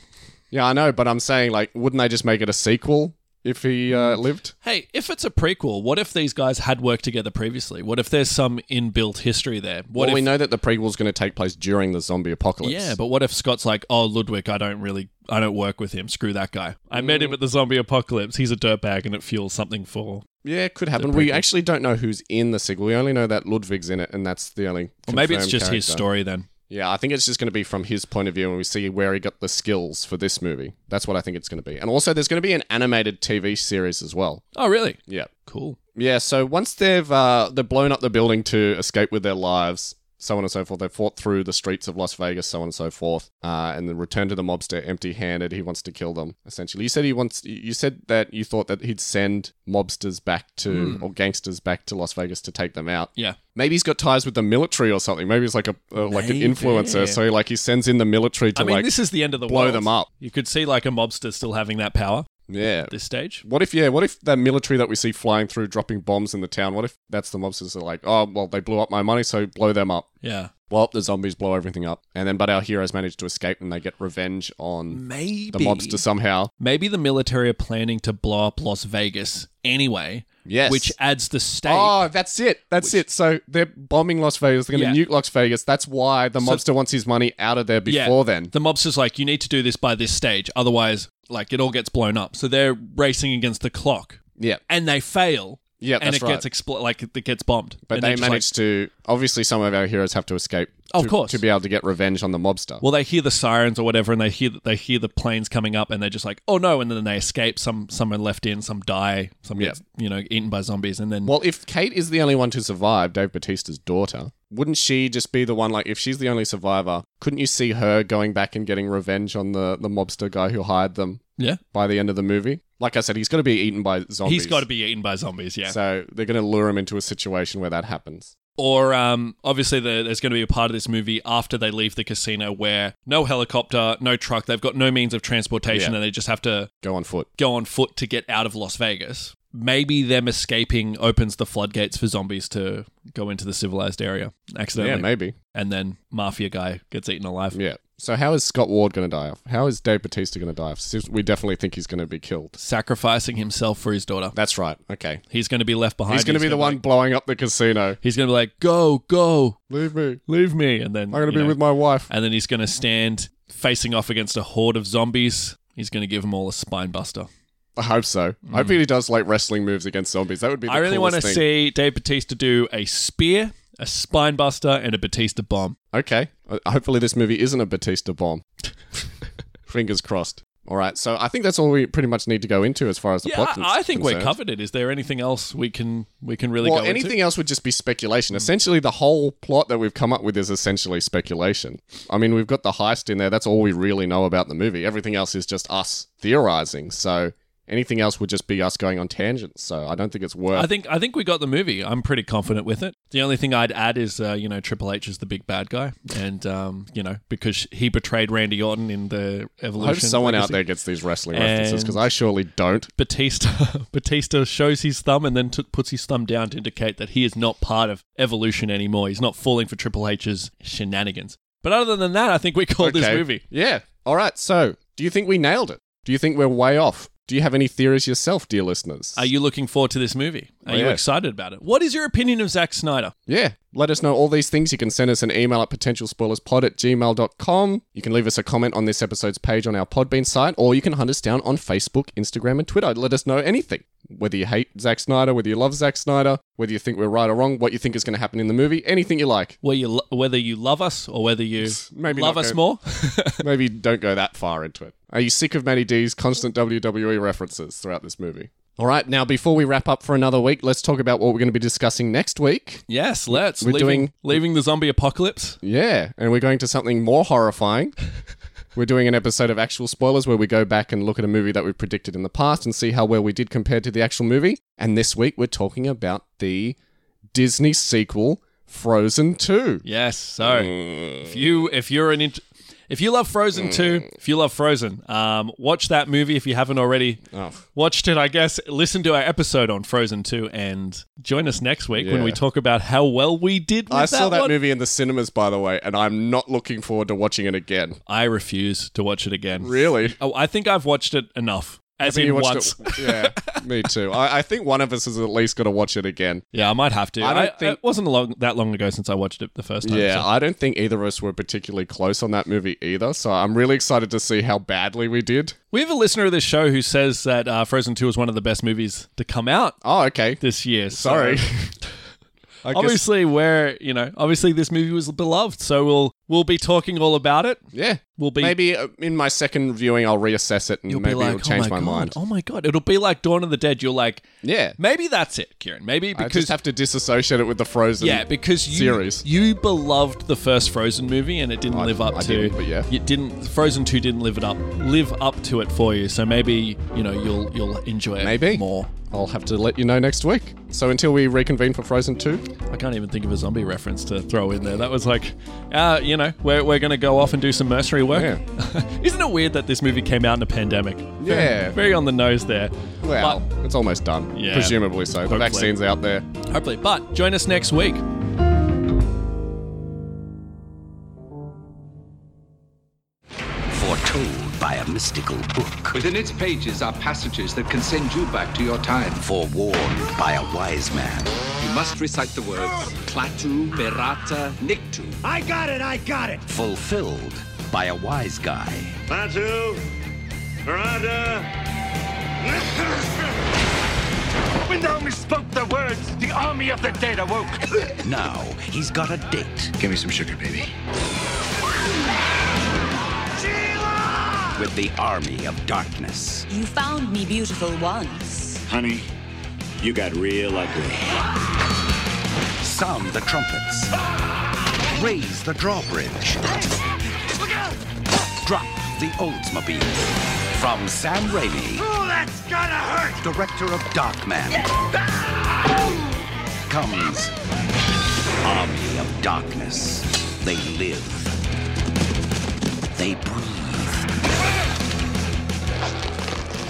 B: Yeah, I know, but I'm saying like, wouldn't they just make it a sequel if he
C: Hmm.
B: uh, lived?
C: Hey, if it's a prequel, what if these guys had worked together previously? What if there's some inbuilt history there? What
B: well, we
C: if
B: know that the prequel's going to take place during the zombie apocalypse.
C: Yeah, but what if Scott's like, "Oh, Ludwig, I don't really I don't work with him. Screw that guy. I met him at the zombie apocalypse. He's a dirtbag and it fuels something for."
B: yeah, it could happen. We actually don't know who's in the sequel. We only know that Ludwig's in it, and that's the only.
C: Or maybe it's
B: confirmed
C: just his
B: character.
C: story then.
B: Yeah, I think it's just going to be from his point of view, and we see where he got the skills for this movie. That's what I think it's going to be. And also, there's going to be an animated TV series as well.
C: Oh, really?
B: Yeah,
C: Cool.
B: yeah. So once they've uh, they've blown up the building to escape with their lives. So on and so forth. They fought through the streets of Las Vegas, so on and so forth, uh, and then returned to the mobster empty-handed. He wants to kill them. Essentially, you said he wants. You said that you thought that he'd send mobsters back to
C: Hmm.
B: or gangsters back to Las Vegas to take them out.
C: Yeah.
B: Maybe he's got ties with the military or something. Maybe he's like a uh, like an
C: Maybe.
B: influencer. So like he sends in the military to
C: I mean,
B: like
C: this is the end of the
B: blow
C: world.
B: them up.
C: You could see like a mobster still having that power
B: Yeah.
C: at this stage.
B: What if yeah? What if that military that we see flying through, dropping bombs in the town? What if that's the mobsters that are like, oh well, they blew up my money, so blow them up,
C: Yeah.
B: blow up the zombies, blow everything up, and then but our heroes manage to escape and they get revenge on
C: Maybe
B: the mobster somehow.
C: Maybe the military are planning to blow up Las Vegas anyway,
B: Yes.
C: which adds the stake.
B: Oh, that's it. That's it. So they're bombing Las Vegas. They're going to
C: Yeah.
B: nuke Las Vegas. That's why the mobster wants his money out of there
C: Yeah.
B: before then.
C: The mobster's like, you need to do this by this stage, otherwise, like, it all gets blown up. So they're racing against the clock,
B: Yeah.
C: and they fail,
B: Yeah,
C: and
B: that's
C: it
B: right.
C: gets expl- like it gets bombed.
B: but
C: And
B: they
C: they're just like-
B: managed to. Obviously, some of our heroes have to escape.
C: Of
B: to-
C: course.
B: To be able to get revenge on the mobster.
C: well, they hear the sirens or whatever, and they hear they hear the planes coming up, and they're just like, oh no! And then they escape. Some some are left in, some die, some
B: Yeah.
C: get you know eaten by zombies, and then
B: Well, if Kate is the only one to survive, Dave Batista's daughter, wouldn't she just be the one? Like, if she's the only survivor, couldn't you see her going back and getting revenge on the, the mobster guy who hired them
C: yeah,
B: by the end of the movie? Like I said, he's got to be eaten by zombies.
C: he's got to be eaten by zombies. Yeah,
B: So they're going to lure him into a situation where that happens.
C: Or um, obviously, the, there's going to be a part of this movie after they leave the casino where no helicopter, no truck, they've got no means of transportation,
B: Yeah.
C: and they just have to
B: Go on foot.
C: go on foot to get out of Las Vegas. Maybe them escaping opens the floodgates for zombies to go into the civilized area
B: yeah,
C: accidentally,
B: maybe.
C: and then mafia guy gets eaten alive.
B: Yeah. So how is Scott Ward going to die off? How is Dave Batista going to die off? Since We definitely think he's going to be killed.
C: Sacrificing himself for his daughter.
B: That's right. Okay.
C: He's going to be left behind.
B: He's going to be the one
C: like-
B: blowing up the casino.
C: he's going to be like, go, go,
B: Leave me.
C: leave me. And then,
B: I'm going to
C: you
B: be
C: know,
B: with my wife.
C: and then he's going to stand facing off against a horde of zombies. He's going to give them all a spine buster.
B: I hope so. I hope he does like wrestling moves against zombies. That would be. The
C: Hmm. I really want to
B: coolest thing.
C: see Dave Batista do a spear, a spine buster, and a Batista bomb.
B: Okay. Uh, Hopefully, this movie isn't a Batista bomb. Fingers crossed. All right. So I think that's all we pretty much need to go into as far as the
C: Yeah,
B: plot.
C: I, I
B: is
C: think
B: concerned.
C: we're covered. It is there anything else we can we can really
B: Well,
C: go
B: anything
C: into? Hmm.
B: else would just be speculation. Essentially, the whole plot that we've come up with is essentially speculation. I mean, we've got the heist in there. That's all we really know about the movie. Everything else is just us theorizing. So anything else would just be us going on tangents. So I don't think it's worth.
C: I think I think we got the movie. I'm pretty confident with it. The only thing I'd add is uh, you know Triple H is the big bad guy, and um, you know because he betrayed Randy Orton in the
B: I
C: Evolution.
B: hope someone out
C: legacy.
B: there gets these wrestling references because
C: And-
B: I surely don't.
C: Batista Batista shows his thumb and then t- puts his thumb down to indicate that he is not part of evolution anymore. He's not falling for Triple H's shenanigans. But other than that, I think we called this
B: Okay.
C: movie.
B: Yeah. All right. So, do you think we nailed it? Do you think we're way off? Do you have any theories yourself, dear listeners?
C: Are you looking forward to this movie? Are
B: Oh,
C: you
B: yeah.
C: excited about it? What is your opinion of Zack Snyder?
B: yeah. Let us know all these things. You can send us an email at potentialspoilerspod at gmail.com. You can leave us a comment on this episode's page on our Podbean site, or you can hunt us down on Facebook, Instagram, and Twitter. Let us know anything. Whether you hate Zack Snyder, whether you love Zack Snyder, whether you think we're right or wrong, what you think is going to happen in the movie, anything you like.
C: Where you lo- whether you love us or whether you
B: Maybe
C: love
B: not
C: us
B: go-
C: more?
B: Maybe don't go that far into it. Are you sick of Matty D's constant WWE references throughout this movie? All right, now before we wrap up for another week, let's talk about what we're going to be discussing next week.
C: yes, let's.
B: We're
C: leaving,
B: doing-
C: leaving the zombie apocalypse.
B: Yeah, and we're going to something more horrifying. we're doing an episode of Actual Spoilers where we go back and look at a movie that we predicted in the past and see how well we did compared to the actual movie. And this week we're talking about the Disney sequel Frozen 2.
C: Yes. So
B: Mm.
C: if you if you're an int- if you love Frozen too, if you love Frozen, um, watch that movie if you haven't already.
B: Oh.
C: Watched it, I guess. Listen to our episode on Frozen 2 and join us next week when
B: Yeah.
C: we talk about how well we did with
B: I saw that
C: one.
B: movie in the cinemas, by the way, and I'm not looking forward to watching it again.
C: I refuse to watch it again.
B: Really?
C: Oh, I think I've watched it enough. As
B: You
C: in
B: watched it-
C: once.
B: yeah, me too. I, I think one of us is at least going to watch it again.
C: Yeah, I might have to.
B: I
C: I
B: don't
C: I-
B: think-
C: it wasn't a long, that long ago since I watched it the first time.
B: Yeah,
C: so-
B: I don't think either of us were particularly close on that movie either. So I'm really excited to see how badly we did.
C: We have a listener of this show who says that uh, Frozen 2 was one of the best movies to come out
B: Oh, okay.
C: this year. so-
B: Sorry. I guess,
C: obviously we're you know obviously this movie was beloved so we'll we'll be talking all about it
B: yeah.
C: we'll be
B: Maybe uh, in my second viewing, I'll reassess it and
C: you'll
B: maybe
C: be like
B: it'll change
C: oh
B: my,
C: my, god
B: mind.
C: oh my god it'll be like dawn of the dead you're like
B: Yeah.
C: maybe that's it kieran maybe
B: I
C: because
B: just have to disassociate it with the Frozen.
C: yeah because you
B: series.
C: you beloved the first frozen movie and it didn't live up
B: I
C: to
B: didn't, but yeah.
C: it didn't frozen 2 didn't live it up live up to it for you so maybe you know you'll you'll enjoy it
B: Maybe.
C: more
B: I'll have to let you know next week. So until we reconvene for Frozen 2,
C: I can't even think of a zombie reference to throw in there. That was like, uh, you know, we're, we're going to go off and do some mercenary work. Isn't it weird that this movie came out in a pandemic?
B: Yeah.
C: Very, very on the nose there.
B: well, it's almost done.
C: Yeah.
B: Presumably so. The
C: Hopefully.
B: vaccine's out there.
C: But hopefully. But join us next week.
D: Foretold by a mystical book,
E: Within its pages are passages that can send you back to your time.
D: forewarned by a wise man.
E: You must recite the words Klaatu, Berata, Nictu.
F: I got it, I got it.
D: fulfilled by a wise guy.
F: Batu, Veranda.
G: When Naomi spoke the words, the army of the dead awoke.
D: Now he's got a date
E: Give me some sugar, baby.
D: with the army of darkness.
H: You found me beautiful once.
F: Honey, you got real ugly.
D: Sound the trumpets. Raise the drawbridge. Drop the Oldsmobile. From Sam Raimi,
F: Oh, that's gotta hurt.
D: director of Darkman, comes Army of Darkness. They live. They breathe.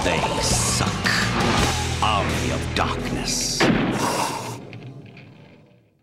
D: They suck. Army of Darkness.